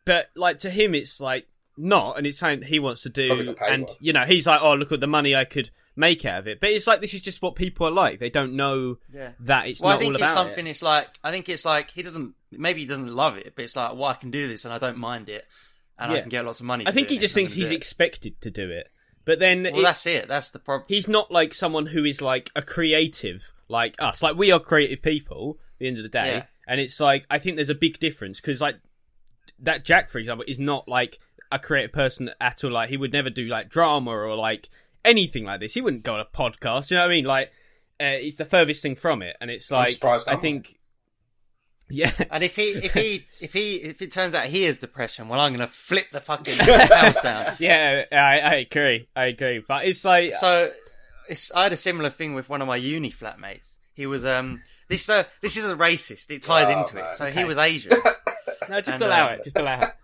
Speaker 1: but like to him it's like not and it's something he wants to
Speaker 2: Probably
Speaker 1: do
Speaker 2: got paid
Speaker 1: and
Speaker 2: well.
Speaker 1: you know he's like oh look at the money i could make out of it but it's like this is just what people are like they don't know
Speaker 3: Yeah.
Speaker 1: that it's
Speaker 3: Well,
Speaker 1: not
Speaker 3: I think
Speaker 1: all
Speaker 3: it's
Speaker 1: about
Speaker 3: something. It's like I think it's like he doesn't. Maybe he doesn't love it, but it's like, well, I can do this and I don't mind it, and I
Speaker 1: Yeah.
Speaker 3: can get lots of money.
Speaker 1: it. i
Speaker 3: for
Speaker 1: think he
Speaker 3: doing it,
Speaker 1: just
Speaker 3: so I'm
Speaker 1: thinks
Speaker 3: gonna
Speaker 1: he's
Speaker 3: do it.
Speaker 1: expected to do it but then
Speaker 3: well,
Speaker 1: it-
Speaker 3: that's it. That's the problem.
Speaker 1: he's not like someone who is like a creative like us like we are creative people at the end of the day
Speaker 3: Yeah.
Speaker 1: and it's like i think there's a big difference because like that jack for example is not like a creative person at all like he would never do like drama or like anything like this he wouldn't go on a podcast you know what i mean like uh, it's the furthest thing from it and it's
Speaker 2: I'm
Speaker 1: like
Speaker 2: surprised
Speaker 1: i
Speaker 2: I'm
Speaker 1: think yeah
Speaker 3: And if he, if he, if he, if it turns out he is depression, well, I'm gonna flip the fucking house down.
Speaker 1: yeah I, I agree i agree but it's like
Speaker 3: So, it's, I had a similar thing with one of my uni flatmates. He was um this uh, this isn't racist. It ties
Speaker 2: Oh,
Speaker 3: into
Speaker 2: man.
Speaker 3: it. So
Speaker 1: Okay.
Speaker 3: he was Asian.
Speaker 1: no just
Speaker 3: and,
Speaker 1: allow
Speaker 3: um,
Speaker 1: it just allow it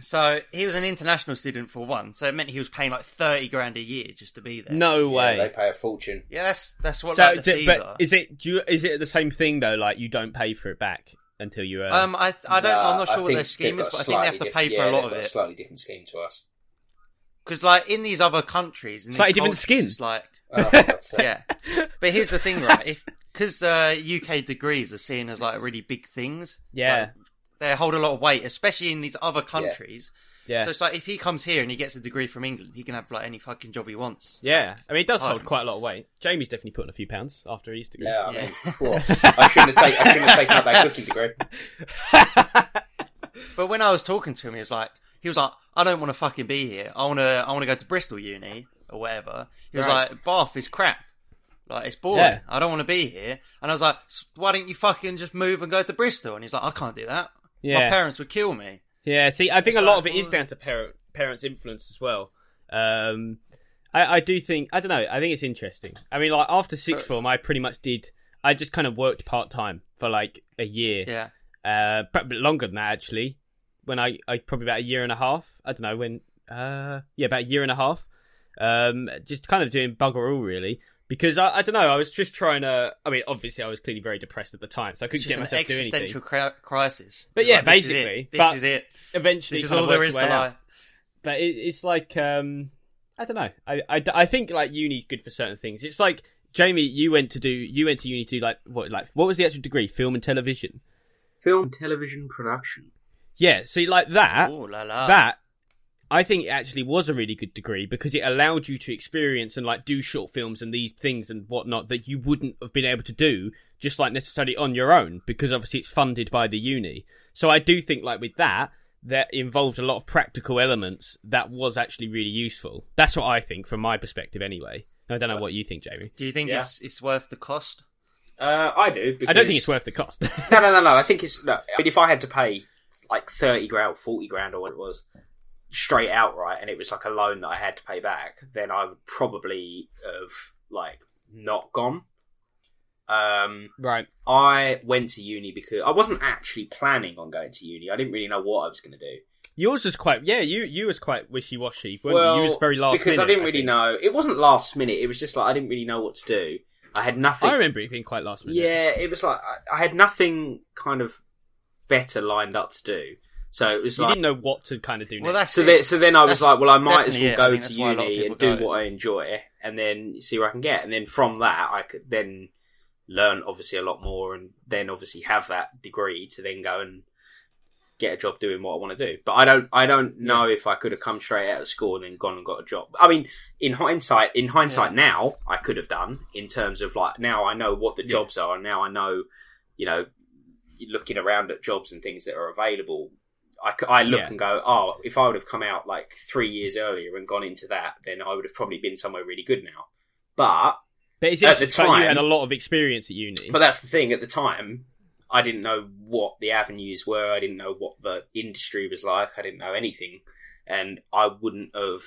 Speaker 3: So he was an international student for one, so it meant he was paying like thirty grand a year just to be there.
Speaker 1: No way.
Speaker 2: Yeah, they pay a fortune.
Speaker 3: yeah, that's that's what
Speaker 1: so,
Speaker 3: like, the
Speaker 1: d-
Speaker 3: fees
Speaker 1: but
Speaker 3: are.
Speaker 1: is it do you, is it the same thing though? Like you don't pay for it back until you earn.
Speaker 3: Um, I I don't
Speaker 2: Nah,
Speaker 3: I'm not
Speaker 2: Uh, I
Speaker 3: sure what
Speaker 2: think
Speaker 3: their scheme
Speaker 2: they've got
Speaker 3: is, but I
Speaker 2: a
Speaker 3: think they have to
Speaker 2: slightly
Speaker 3: pay
Speaker 2: diff-
Speaker 3: for
Speaker 2: yeah,
Speaker 3: a lot
Speaker 2: they've
Speaker 3: of
Speaker 2: got
Speaker 3: it.
Speaker 2: Slightly different scheme to us.
Speaker 3: Because like in these other countries, in these
Speaker 1: Slightly different
Speaker 3: cultures,
Speaker 1: skin.
Speaker 3: It's like
Speaker 2: Oh, that's, uh,
Speaker 3: yeah. But here's the thing, right? If because uh, UK degrees are seen as like really big things,
Speaker 1: yeah,
Speaker 3: they hold a lot of weight, especially in these other countries.
Speaker 1: yeah,
Speaker 3: So it's like if he comes here and he gets a degree from England, he can have like any fucking job he wants.
Speaker 1: yeah. I mean, it does
Speaker 3: I
Speaker 1: hold
Speaker 3: don't-
Speaker 1: quite a lot of weight. Jamie's definitely putting a few pounds after he's degree.
Speaker 2: Yeah, I mean,
Speaker 3: Yeah.
Speaker 2: cool. I shouldn't have taken. I shouldn't have taken up that cooking degree.
Speaker 3: But when I was talking to him, he was like, he was like, I don't want to fucking be here. I want to, I want to go to Bristol Uni or whatever. He was
Speaker 1: Right.
Speaker 3: like, Bath is crap. Like it's boring.
Speaker 1: Yeah.
Speaker 3: I don't want to be here. And I was like, "S- why don't you fucking just move and go to Bristol? And he's like, I can't do that. My
Speaker 1: Yeah.
Speaker 3: parents would kill me.
Speaker 1: Yeah, see, I think
Speaker 3: It's
Speaker 1: a lot
Speaker 3: like,
Speaker 1: of it is
Speaker 3: well-
Speaker 1: down to parent, parents' influence as well. Um, I, I do think I don't know. I think it's interesting. I mean, like after sixth
Speaker 3: But-
Speaker 1: form, I pretty much did. I just kind of worked part time for like a year,
Speaker 3: Yeah.
Speaker 1: uh, probably longer than that actually. When I, I probably about a year and a half. I don't know when. Uh, yeah, about a year and a half. Um, just kind of doing bugger all really. Because I, I don't know, I was just trying to. I mean, obviously, I was clearly very depressed at the time, so I couldn't
Speaker 3: It's just
Speaker 1: get
Speaker 3: an
Speaker 1: myself to do
Speaker 3: existential
Speaker 1: anything.
Speaker 3: cri- crisis.
Speaker 1: But
Speaker 3: It's
Speaker 1: yeah,
Speaker 3: like, this is it.
Speaker 1: basically,
Speaker 3: This
Speaker 1: but-
Speaker 3: is it.
Speaker 1: Eventually,
Speaker 3: This is
Speaker 1: kind of
Speaker 3: all there
Speaker 1: worked
Speaker 3: is to
Speaker 1: your way out
Speaker 3: life.
Speaker 1: but it, it's like um i don't know I, I i think like uni's good for certain things it's like jamie you went to do you went to uni to like what like what was the actual degree film and television
Speaker 2: Film, television, production.
Speaker 1: yeah see like that
Speaker 3: Ooh la
Speaker 2: Uh,
Speaker 3: la.
Speaker 1: that i think it actually was a really good degree because it allowed you to experience and like do short films and these things and whatnot that you wouldn't have been able to do just like necessarily on your own because obviously it's funded by the uni so i do think like with that that involved a lot of practical elements that was actually really useful that's what i think from my perspective anyway i don't know what you think jamie
Speaker 3: Do you think
Speaker 2: Yeah.
Speaker 3: it's it's worth the cost?
Speaker 2: Uh, I do. Because...
Speaker 1: i don't think it's worth the cost
Speaker 2: No, no, no, no. I think it's. No, I mean, if I had to pay like thirty grand, forty grand, or what it was, straight outright, and it was like a loan that I had to pay back, then I would probably have like not gone. Um,
Speaker 1: right
Speaker 2: I went to uni because I wasn't actually planning on going to uni. I didn't really know what I was going to do.
Speaker 1: yours was quite yeah you you was quite wishy-washy weren't
Speaker 2: well,
Speaker 1: you? you was very last
Speaker 2: because I
Speaker 1: minute,
Speaker 2: didn't really
Speaker 1: think.
Speaker 2: know. It wasn't last minute. It was just like I didn't really know what to do. I had nothing.
Speaker 1: i remember it being quite last minute
Speaker 2: Yeah, it was like I, I had nothing kind of better lined up to do. So it was
Speaker 1: you
Speaker 2: like
Speaker 1: didn't know what to kind of do
Speaker 3: Well,
Speaker 1: next.
Speaker 3: that's
Speaker 2: so
Speaker 3: it.
Speaker 2: then, so then I was
Speaker 3: That's
Speaker 2: like, well, I might as
Speaker 3: definitely
Speaker 2: well
Speaker 3: it.
Speaker 2: go
Speaker 3: I mean,
Speaker 2: to
Speaker 3: that's why a lot of
Speaker 2: uni and
Speaker 3: people
Speaker 2: do
Speaker 3: go.
Speaker 2: what I enjoy, and then see where I can get. And then from that, I could then learn obviously a lot more, and then obviously have that degree to then go and get a job doing what I want to do. But I don't, I don't know if I could have come straight out of school and then gone and got a job. I mean, in hindsight, in hindsight now, I could have done in terms of like now I know what the
Speaker 1: Yeah.
Speaker 2: jobs are, and now I know, you know, looking around at jobs and things that are available. I, c- I look
Speaker 1: Yeah.
Speaker 2: and go, oh, if I would have come out like three years earlier and gone into that, then I would have probably been somewhere really good now. But
Speaker 1: But is it
Speaker 2: At the
Speaker 1: actually- but you
Speaker 2: time-
Speaker 1: had a lot of experience at uni.
Speaker 2: but that's the thing. At the time, I didn't know what the avenues were. I didn't know what the industry was like. I didn't know anything, and I wouldn't have.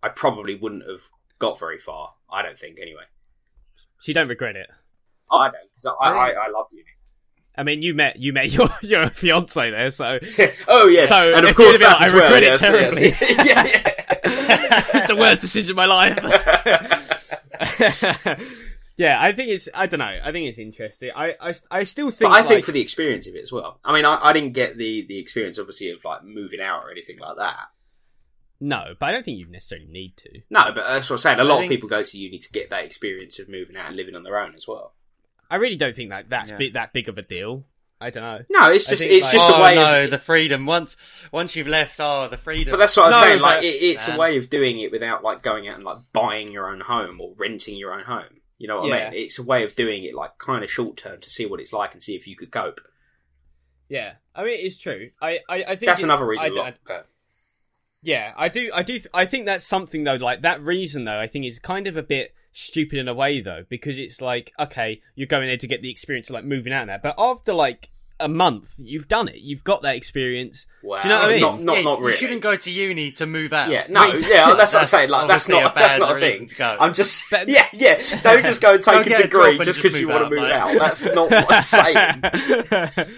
Speaker 2: I probably wouldn't have got very far. I don't think, anyway.
Speaker 1: so you don't regret it.
Speaker 2: I don't because I, I, I love uni.
Speaker 1: I mean, you met you met your your fiance there, so
Speaker 2: oh yes,
Speaker 1: So,
Speaker 2: and of
Speaker 1: if
Speaker 2: course
Speaker 1: you'd have
Speaker 2: that
Speaker 1: been
Speaker 2: as
Speaker 1: like,
Speaker 2: well.
Speaker 1: I regret
Speaker 2: yes,
Speaker 1: it
Speaker 2: yes.
Speaker 1: it's the worst decision of my life.
Speaker 2: yeah, yeah.
Speaker 1: yeah, I think it's. I don't know. I think it's interesting. I I, I still think.
Speaker 2: But I
Speaker 1: like,
Speaker 2: think for the experience of it as well. I mean, I, I didn't get the, the experience, obviously, of like moving out or anything like that.
Speaker 1: no, but I don't think you necessarily need to.
Speaker 2: No, but that's what I'm saying. A lot
Speaker 3: think-
Speaker 2: of people go to uni to get that experience of moving out and living on their own as well.
Speaker 1: I really don't think that that's
Speaker 3: Yeah.
Speaker 1: bi- that big of a deal. I don't know.
Speaker 2: No, it's
Speaker 1: I
Speaker 2: just
Speaker 1: think,
Speaker 2: it's
Speaker 1: like-
Speaker 2: just
Speaker 3: oh
Speaker 2: a way.
Speaker 3: no,
Speaker 2: of,
Speaker 3: the freedom. Once once you've left, oh, the freedom.
Speaker 2: but that's what I'm
Speaker 1: No,
Speaker 2: saying. Like,
Speaker 1: but-
Speaker 2: it, it's a
Speaker 3: Man.
Speaker 2: way of doing it without like going out and like buying your own home or renting your own home. You know what
Speaker 1: Yeah.
Speaker 2: I mean? It's a way of doing it like kind of short term to see what it's like and see if you could cope.
Speaker 1: Yeah, I mean it's true. I I, I think
Speaker 2: That's
Speaker 1: it-
Speaker 2: another
Speaker 1: I
Speaker 2: reason.
Speaker 1: d-
Speaker 2: why-
Speaker 1: I- Yeah, I do. I do. I think that's something though. Like that reason though, I think is kind of a bit stupid in a way though, because it's like okay, you're going there to get the experience of like moving out and that, but after like a month, you've done it. You've got that experience.
Speaker 2: Wow.
Speaker 1: Do you know what I mean?
Speaker 2: Not, not,
Speaker 3: Yeah,
Speaker 2: not really.
Speaker 3: You shouldn't go to uni to move out.
Speaker 2: Yeah, no, yeah, that's what I'm saying. Like, that's
Speaker 3: obviously
Speaker 2: not
Speaker 3: a
Speaker 2: that's
Speaker 3: bad
Speaker 2: not a
Speaker 3: reason
Speaker 2: thing.
Speaker 3: to go.
Speaker 2: I'm just
Speaker 1: But-
Speaker 2: yeah, yeah. Don't just go and
Speaker 3: Don't
Speaker 2: take a
Speaker 3: get a job
Speaker 2: degree
Speaker 3: and
Speaker 2: just
Speaker 3: just
Speaker 2: because you
Speaker 3: move
Speaker 2: want to
Speaker 3: out,
Speaker 2: move
Speaker 3: mate.
Speaker 2: out. That's not what I'm saying.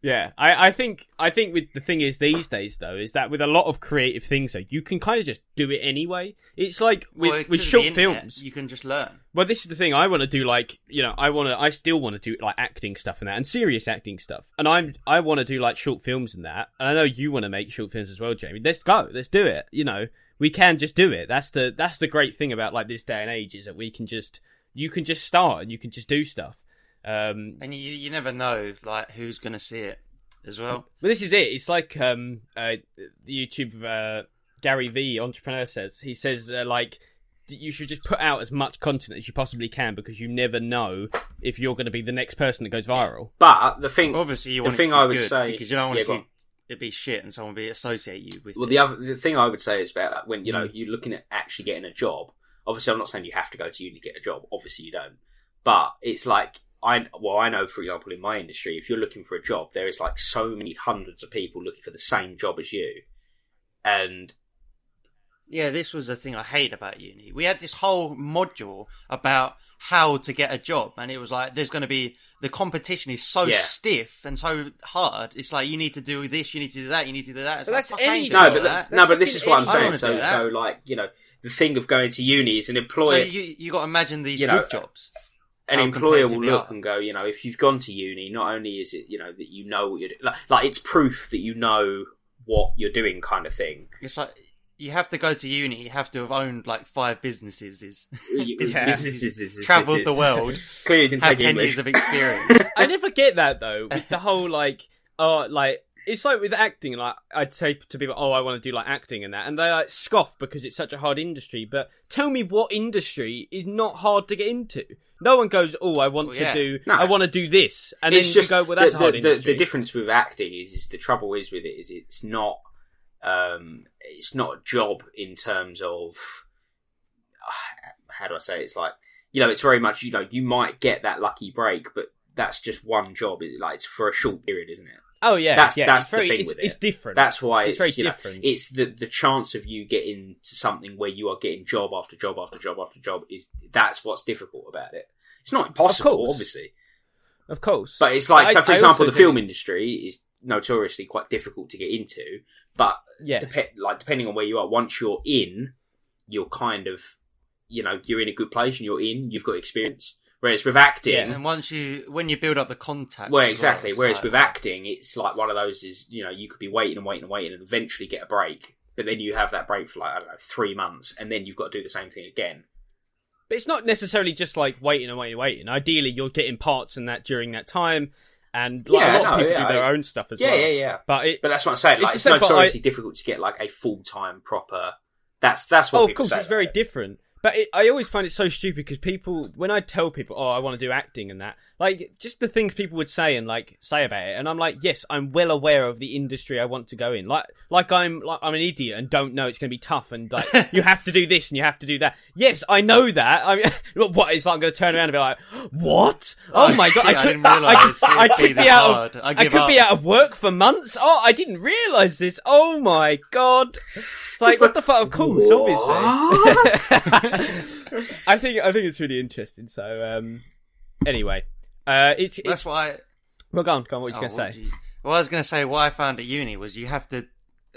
Speaker 1: Yeah, I, I think I think with the thing is these days though is that with a lot of creative things though you can kind of just do it anyway. It's like with
Speaker 3: Well, 'cause
Speaker 1: with
Speaker 3: of the
Speaker 1: short
Speaker 3: internet,
Speaker 1: films.
Speaker 3: you can just learn.
Speaker 1: Well, this is the thing. I want to do like you know, I want to. I still want to do like acting stuff and that, and serious acting stuff. And I'm I want to do like short films and that. And I know you want to make short films as well, Jamie. Let's go. Let's do it. You know, we can just do it. That's the that's the great thing about like this day and age is that we can just you can just start and you can just do stuff. Um,
Speaker 3: And you you never know like who's gonna see it as well.
Speaker 1: But this is it. It's like um, uh, the YouTube uh, Gary V entrepreneur says. He says uh, like that you should just put out as much content as you possibly can because you never know if you're going to be the next person that goes viral.
Speaker 2: But the thing,
Speaker 3: Obviously, you
Speaker 2: The
Speaker 3: want it
Speaker 2: thing
Speaker 3: to be
Speaker 2: I would
Speaker 3: good
Speaker 2: say-
Speaker 3: because you don't want
Speaker 2: yeah,
Speaker 3: to
Speaker 2: go
Speaker 3: see
Speaker 2: on.
Speaker 3: it be shit and someone be associate you with.
Speaker 2: well,
Speaker 3: it.
Speaker 2: the other the thing I would say is about that when you know
Speaker 3: Mm.
Speaker 2: you're looking at actually getting a job. Obviously, I'm not saying you have to go to uni to get a job. Obviously, you don't. But it's like I well, I know for example in my industry, if you're looking for a job, there is like so many hundreds of people looking for the same job as you, and
Speaker 3: Yeah, this was the thing I hate about uni. We had this whole module about how to get a job, and it was like there's going to be the competition is so
Speaker 2: Yeah.
Speaker 3: stiff and so hard. It's like you need to do this, you need to do that, you need to do that. It's
Speaker 1: But
Speaker 3: like,
Speaker 1: that's
Speaker 3: fuck, I ain't
Speaker 1: any-
Speaker 3: doing
Speaker 2: no,
Speaker 3: all
Speaker 2: but
Speaker 3: that.
Speaker 2: no, but this is what I'm
Speaker 3: I
Speaker 2: saying.
Speaker 3: wanna
Speaker 2: So
Speaker 3: do that.
Speaker 2: so like you know the thing of going to uni is an
Speaker 3: so
Speaker 2: employer.
Speaker 3: you you got to imagine these
Speaker 2: you
Speaker 3: good
Speaker 2: know,
Speaker 3: jobs.
Speaker 2: an
Speaker 3: how
Speaker 2: employer will
Speaker 3: competitive they
Speaker 2: look
Speaker 3: are.
Speaker 2: and go, you know, if you've gone to uni, not only is it, you know, that you know what you're doing, like, like it's proof that you know what you're doing, kind of thing.
Speaker 3: It's like you have to go to uni. You have to have owned like five businesses, is
Speaker 1: Yeah.
Speaker 2: Businesses
Speaker 3: traveled the world,
Speaker 2: Clearly, you didn't
Speaker 3: have
Speaker 2: take
Speaker 3: ten
Speaker 2: English.
Speaker 3: years of experience.
Speaker 1: I never get that though with the whole like oh like it's like with acting like I'd say to people oh I want to do like acting and that and they like scoff because it's such a hard industry but tell me what industry is not hard to get into no one goes oh I want
Speaker 3: Well,
Speaker 1: to
Speaker 3: yeah.
Speaker 1: do
Speaker 2: No.
Speaker 1: I want to do this and
Speaker 2: it's
Speaker 1: then
Speaker 2: just
Speaker 1: you go well that's
Speaker 2: the,
Speaker 1: a hard
Speaker 2: the, the,
Speaker 1: industry
Speaker 2: the difference with acting is, is the trouble is with it is it's not, um, it's not a job in terms of how do I say it? it's like you know it's very much you know you might get that lucky break, but that's just one job. It, like it's for a short period, isn't it?
Speaker 1: oh yeah
Speaker 2: that's-
Speaker 1: yeah,
Speaker 2: that's
Speaker 1: it's
Speaker 2: the
Speaker 1: very,
Speaker 2: thing
Speaker 1: it's,
Speaker 2: with it.
Speaker 1: it's different
Speaker 2: That's why
Speaker 1: It's
Speaker 2: it's,
Speaker 1: very
Speaker 2: you know,
Speaker 1: different.
Speaker 2: it's the the chance of you getting to something where you are getting job after job after job after job is that's what's difficult about it. It's not impossible,
Speaker 1: course.
Speaker 2: obviously,
Speaker 1: of course
Speaker 2: but it's like
Speaker 1: I-
Speaker 2: so. For
Speaker 1: I
Speaker 2: example,
Speaker 1: also
Speaker 2: the film
Speaker 1: think-
Speaker 2: industry is notoriously quite difficult to get into, but
Speaker 1: yeah
Speaker 2: depe- like depending on where you are, once you're in, you're kind of you know you're in a good place and you're in. You've got experience. Whereas with acting,
Speaker 1: Yeah.
Speaker 3: and once you when you build up the contacts,
Speaker 2: well,
Speaker 3: as
Speaker 2: exactly.
Speaker 3: it's
Speaker 2: Whereas
Speaker 3: like-
Speaker 2: with acting, it's like one of those is you know you could be waiting and waiting and waiting and eventually get a break, but then you have that break for like I don't know three months, and then you've got to do the same thing again.
Speaker 1: But it's not necessarily just like waiting and waiting and waiting. Ideally, you're getting parts and that during that time, and like,
Speaker 2: Yeah,
Speaker 1: a lot of
Speaker 2: no,
Speaker 1: people
Speaker 2: yeah,
Speaker 1: do their
Speaker 2: I-
Speaker 1: own stuff as well.
Speaker 2: yeah.
Speaker 1: But it,
Speaker 2: But that's what I'm saying. Like
Speaker 1: It's
Speaker 2: it's,
Speaker 1: the same, but I-
Speaker 2: notoriously difficult to get like a full time proper. That's that's what.
Speaker 1: oh, of
Speaker 2: people
Speaker 1: course,
Speaker 2: say
Speaker 1: it's very
Speaker 2: about it.
Speaker 1: different. But it, I always find it so stupid because people, when I tell people, "Oh, I want to do acting and that," like just the things people would say and like say about it, and I'm like, "Yes, I'm well aware of the industry I want to go in." Like, like I'm like I'm an idiot and don't know it's going to be tough and like you have to do this and you have to do that. Yes, I know that. I mean, what? It's like I'm going to turn around and be like, "What? Oh, my god,
Speaker 3: shit,
Speaker 1: I, could,
Speaker 3: didn't realize
Speaker 1: I,
Speaker 3: it'd
Speaker 1: I could
Speaker 3: this
Speaker 1: be out of
Speaker 3: hard. I,
Speaker 1: I
Speaker 3: give
Speaker 1: could
Speaker 3: up.
Speaker 1: be out of work for months. Oh, I didn't realise this. Oh my god! It's like,
Speaker 2: Just
Speaker 1: what
Speaker 2: like,
Speaker 1: the fuck? Of course, obviously. I think I think it's really interesting. So, um, anyway, uh, it's, it's
Speaker 3: That's why.
Speaker 1: well, go on, go on. What were you
Speaker 3: oh,
Speaker 1: gonna
Speaker 3: what
Speaker 1: say?
Speaker 3: you- well, I was going to say what I found at uni was you have to,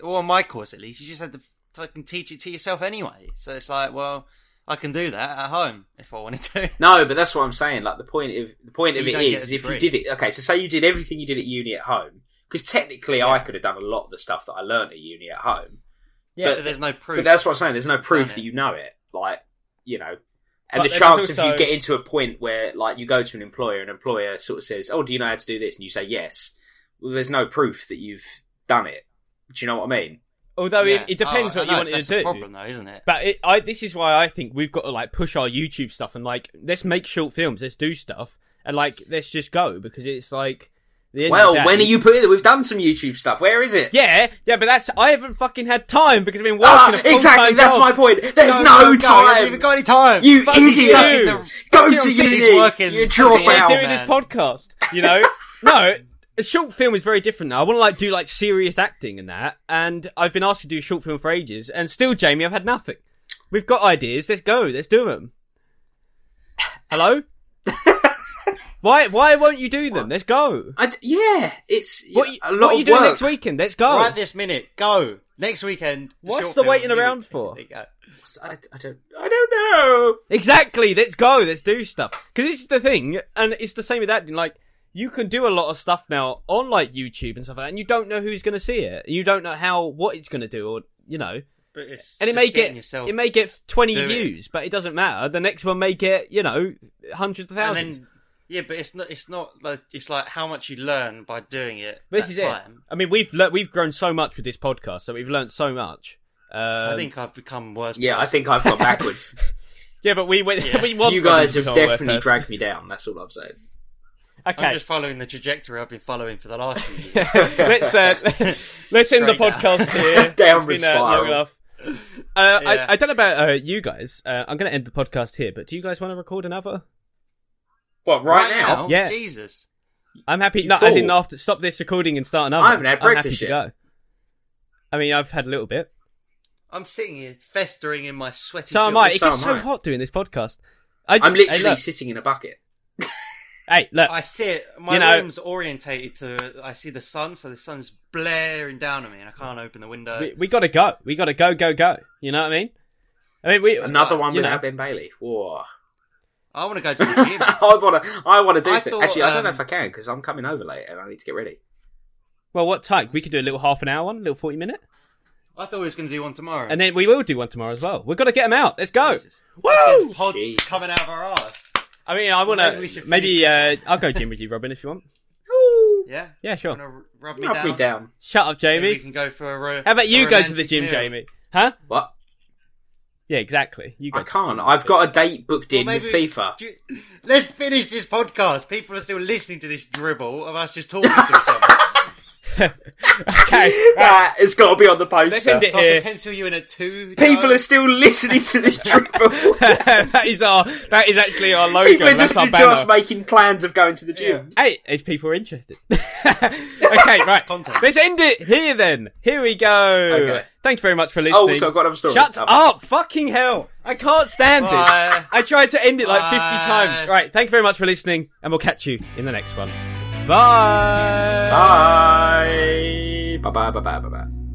Speaker 3: or in my course at least, you just had to fucking teach it to yourself anyway. So it's like, well, I can do that at home if I wanted to.
Speaker 2: No, but that's what I'm saying. Like the point of the point of
Speaker 3: You
Speaker 2: it
Speaker 3: don't get
Speaker 2: is,
Speaker 3: a
Speaker 2: is if you
Speaker 3: degree.
Speaker 2: did it. Okay, so say you did everything you did at uni at home, because technically I could have done a lot of the stuff that I learned at uni at home.
Speaker 1: Yeah,
Speaker 3: But there's no proof.
Speaker 2: But that's what I'm saying. There's no proof
Speaker 3: Done it.
Speaker 2: that you know it. Like, you know, and
Speaker 1: But
Speaker 2: the
Speaker 1: then
Speaker 2: chance
Speaker 1: there's
Speaker 2: of
Speaker 1: also-
Speaker 2: you get into a point where, like, you go to an employer, and employer sort of says, "Oh, do you know how to do this?" and you say yes. Well, there's no proof that you've done it. Do you know what I mean?
Speaker 1: Although
Speaker 3: Yeah.
Speaker 1: it, it depends
Speaker 3: Oh, I
Speaker 1: what you
Speaker 3: know,
Speaker 1: wanted
Speaker 3: that's
Speaker 1: to
Speaker 3: the
Speaker 1: do.
Speaker 3: problem, though, isn't it?
Speaker 1: But it, I, this is why I think we've got to like push our YouTube stuff and like let's make short films, let's do stuff, and like let's just go because it's like the end
Speaker 2: Well,
Speaker 1: of the day-
Speaker 2: when are you putting it? We've done some YouTube stuff. Where is it?
Speaker 1: Yeah, yeah, but that's I haven't fucking had time because I've been working.
Speaker 2: Ah,
Speaker 1: a full-time
Speaker 2: exactly. That's
Speaker 1: job.
Speaker 2: my point. There's no,
Speaker 3: I
Speaker 2: time.
Speaker 3: haven't even got any time.
Speaker 2: you
Speaker 1: Fucking
Speaker 3: stuck
Speaker 2: idiot.
Speaker 3: in
Speaker 1: you.
Speaker 3: the
Speaker 2: Go
Speaker 3: Fucking
Speaker 2: to
Speaker 3: city's
Speaker 2: uni.
Speaker 3: working.
Speaker 2: You
Speaker 3: Fucking
Speaker 2: drop
Speaker 1: We're
Speaker 3: Wow,
Speaker 1: doing
Speaker 2: out.
Speaker 1: this
Speaker 3: man.
Speaker 1: podcast, you know. no, a short film is very different now. I want to like do like serious acting and that, and I've been asked to do a short film for ages, and still, Jamie, I've had nothing. We've got ideas. Let's go. Let's do them. Hello. Why? Why won't you do them? Let's go.
Speaker 2: I d yeah, it's
Speaker 1: What,
Speaker 2: yeah,
Speaker 1: you-
Speaker 2: a lot
Speaker 1: what
Speaker 2: of
Speaker 1: are you doing
Speaker 2: work.
Speaker 1: next weekend? Let's go.
Speaker 3: Right this minute, go next weekend.
Speaker 1: What's
Speaker 3: short
Speaker 1: the
Speaker 3: film,
Speaker 1: waiting
Speaker 3: you-
Speaker 1: around for?
Speaker 3: There you go.
Speaker 2: I, I don't. I don't know.
Speaker 1: Exactly. Let's go. Let's do stuff. Because this is the thing, and it's the same with acting. Like you can do a lot of stuff now on like YouTube and stuff like that, and you don't know who's going to see it. You don't know how what it's going to do, or you know.
Speaker 3: But it's
Speaker 1: And it
Speaker 3: just
Speaker 1: may
Speaker 3: getting
Speaker 1: get
Speaker 3: yourself
Speaker 1: it may get
Speaker 3: to
Speaker 1: twenty
Speaker 3: do it.
Speaker 1: views, but it doesn't matter. The next one may get you know hundreds of
Speaker 3: and
Speaker 1: thousands.
Speaker 3: then yeah, but it's not. It's not like it's like how much you learn by doing it.
Speaker 1: this
Speaker 3: that
Speaker 1: is it.
Speaker 3: time.
Speaker 1: I mean, we've le- we've grown so much with this podcast, so we've learned so much. Um,
Speaker 3: I think I've become worse.
Speaker 2: Yeah, I think I've gone backwards.
Speaker 1: yeah, but we went. we want
Speaker 2: you guys have
Speaker 1: them to our
Speaker 2: definitely
Speaker 1: worst
Speaker 2: dragged me down. That's all I'm saying.
Speaker 1: person.
Speaker 3: I'm
Speaker 1: Okay,
Speaker 3: just following the trajectory I've been following for the last few years.
Speaker 1: let's uh, let's end the
Speaker 3: Straight down.
Speaker 1: podcast here.
Speaker 2: Downward
Speaker 1: It's been, uh, long
Speaker 2: spiral.
Speaker 1: enough. Uh,
Speaker 3: Yeah.
Speaker 1: I, I don't know about uh, you guys. Uh, I'm going to end the podcast here, but do you guys want to record another?
Speaker 2: What right, now?
Speaker 1: Yeah.
Speaker 3: Jesus.
Speaker 1: I'm happy.
Speaker 2: You
Speaker 1: No, as in
Speaker 2: fool.
Speaker 1: after stop this recording and start another.
Speaker 2: I haven't had
Speaker 1: I'm happy
Speaker 2: breakfast
Speaker 1: to
Speaker 2: yet.
Speaker 1: go. I mean, I've had a little bit,
Speaker 3: I'm sitting here festering in my sweaty.
Speaker 1: so am I.
Speaker 3: filthy-
Speaker 1: It
Speaker 2: so
Speaker 1: gets
Speaker 2: am
Speaker 1: so
Speaker 2: I.
Speaker 1: hot doing this podcast. I,
Speaker 2: I'm
Speaker 1: Hey,
Speaker 2: literally
Speaker 1: look.
Speaker 2: sitting in a bucket.
Speaker 1: Hey, look.
Speaker 3: I uh, sit. My
Speaker 1: You know-
Speaker 3: room's orientated to. I see the sun, so the sun's blaring down on me, and I can't open the window.
Speaker 1: we, we gotta go. We gotta go, go, go. You know what I mean? I mean, we
Speaker 2: Another one
Speaker 1: you know.
Speaker 2: without Ben Bailey. Whoa.
Speaker 3: I want to go to the gym.
Speaker 2: I want to. I want to do
Speaker 3: I
Speaker 2: something.
Speaker 3: thought,
Speaker 2: Actually, I don't know
Speaker 3: um,
Speaker 2: if I can because I'm coming over late and I need to get ready.
Speaker 1: Well, what time? We could do a little half an hour one, a little forty minute,
Speaker 3: I thought we was going to do one tomorrow.
Speaker 1: and then we will do one tomorrow as well. We've got to get them out. Let's go.
Speaker 3: Jesus.
Speaker 1: Woo!
Speaker 3: Pods
Speaker 2: Oh, Jesus.
Speaker 3: coming out of our ass.
Speaker 1: I mean, I want to
Speaker 3: Maybe we
Speaker 1: maybe,
Speaker 3: should finish
Speaker 1: uh, I'll go gym with you, Robin, if you want.
Speaker 3: Yeah.
Speaker 1: Yeah, sure.
Speaker 3: Wanna r- rub me
Speaker 2: Rub
Speaker 3: down.
Speaker 2: me down.
Speaker 1: Shut up,
Speaker 3: Maybe we
Speaker 1: Jamie.
Speaker 3: can go for a. ro-
Speaker 1: How about you
Speaker 3: a
Speaker 1: go to the
Speaker 3: romantic
Speaker 1: gym,
Speaker 3: meal.
Speaker 1: Jamie? Huh?
Speaker 2: What?
Speaker 1: Yeah, exactly. You go.
Speaker 2: I can't. I've got a date booked
Speaker 3: Well,
Speaker 2: in
Speaker 3: maybe
Speaker 2: with FIFA.
Speaker 3: do you- Let's finish this podcast. People are still listening to this dribble of us just talking to each other.
Speaker 1: okay. right,
Speaker 2: Ah, it's got to be on the
Speaker 1: Let's
Speaker 2: poster.
Speaker 1: end it
Speaker 3: So I
Speaker 1: here.
Speaker 3: can pencil you in at two.
Speaker 2: People
Speaker 3: Joe.
Speaker 2: are still listening to this triple.
Speaker 1: that is our. That is actually our logo.
Speaker 2: People are
Speaker 1: That's
Speaker 2: just
Speaker 1: our
Speaker 2: into us
Speaker 1: banner.
Speaker 2: making plans of going to the gym.
Speaker 1: Hey, if people are interested. okay, right.
Speaker 3: Content.
Speaker 1: Let's end it here then. Here we go.
Speaker 2: Okay.
Speaker 1: Thank you very much for
Speaker 2: Oh,
Speaker 1: listening.
Speaker 2: also, I've got another story.
Speaker 1: Shut
Speaker 2: Um,
Speaker 1: up! Fucking hell! I can't stand this.
Speaker 3: Bye.
Speaker 1: I tried to end it like 50
Speaker 3: Bye.
Speaker 1: times. Right, thank you very much for listening, and we'll catch you in the next one. Bye!
Speaker 2: Bye. Bye bye bye bye bye bye.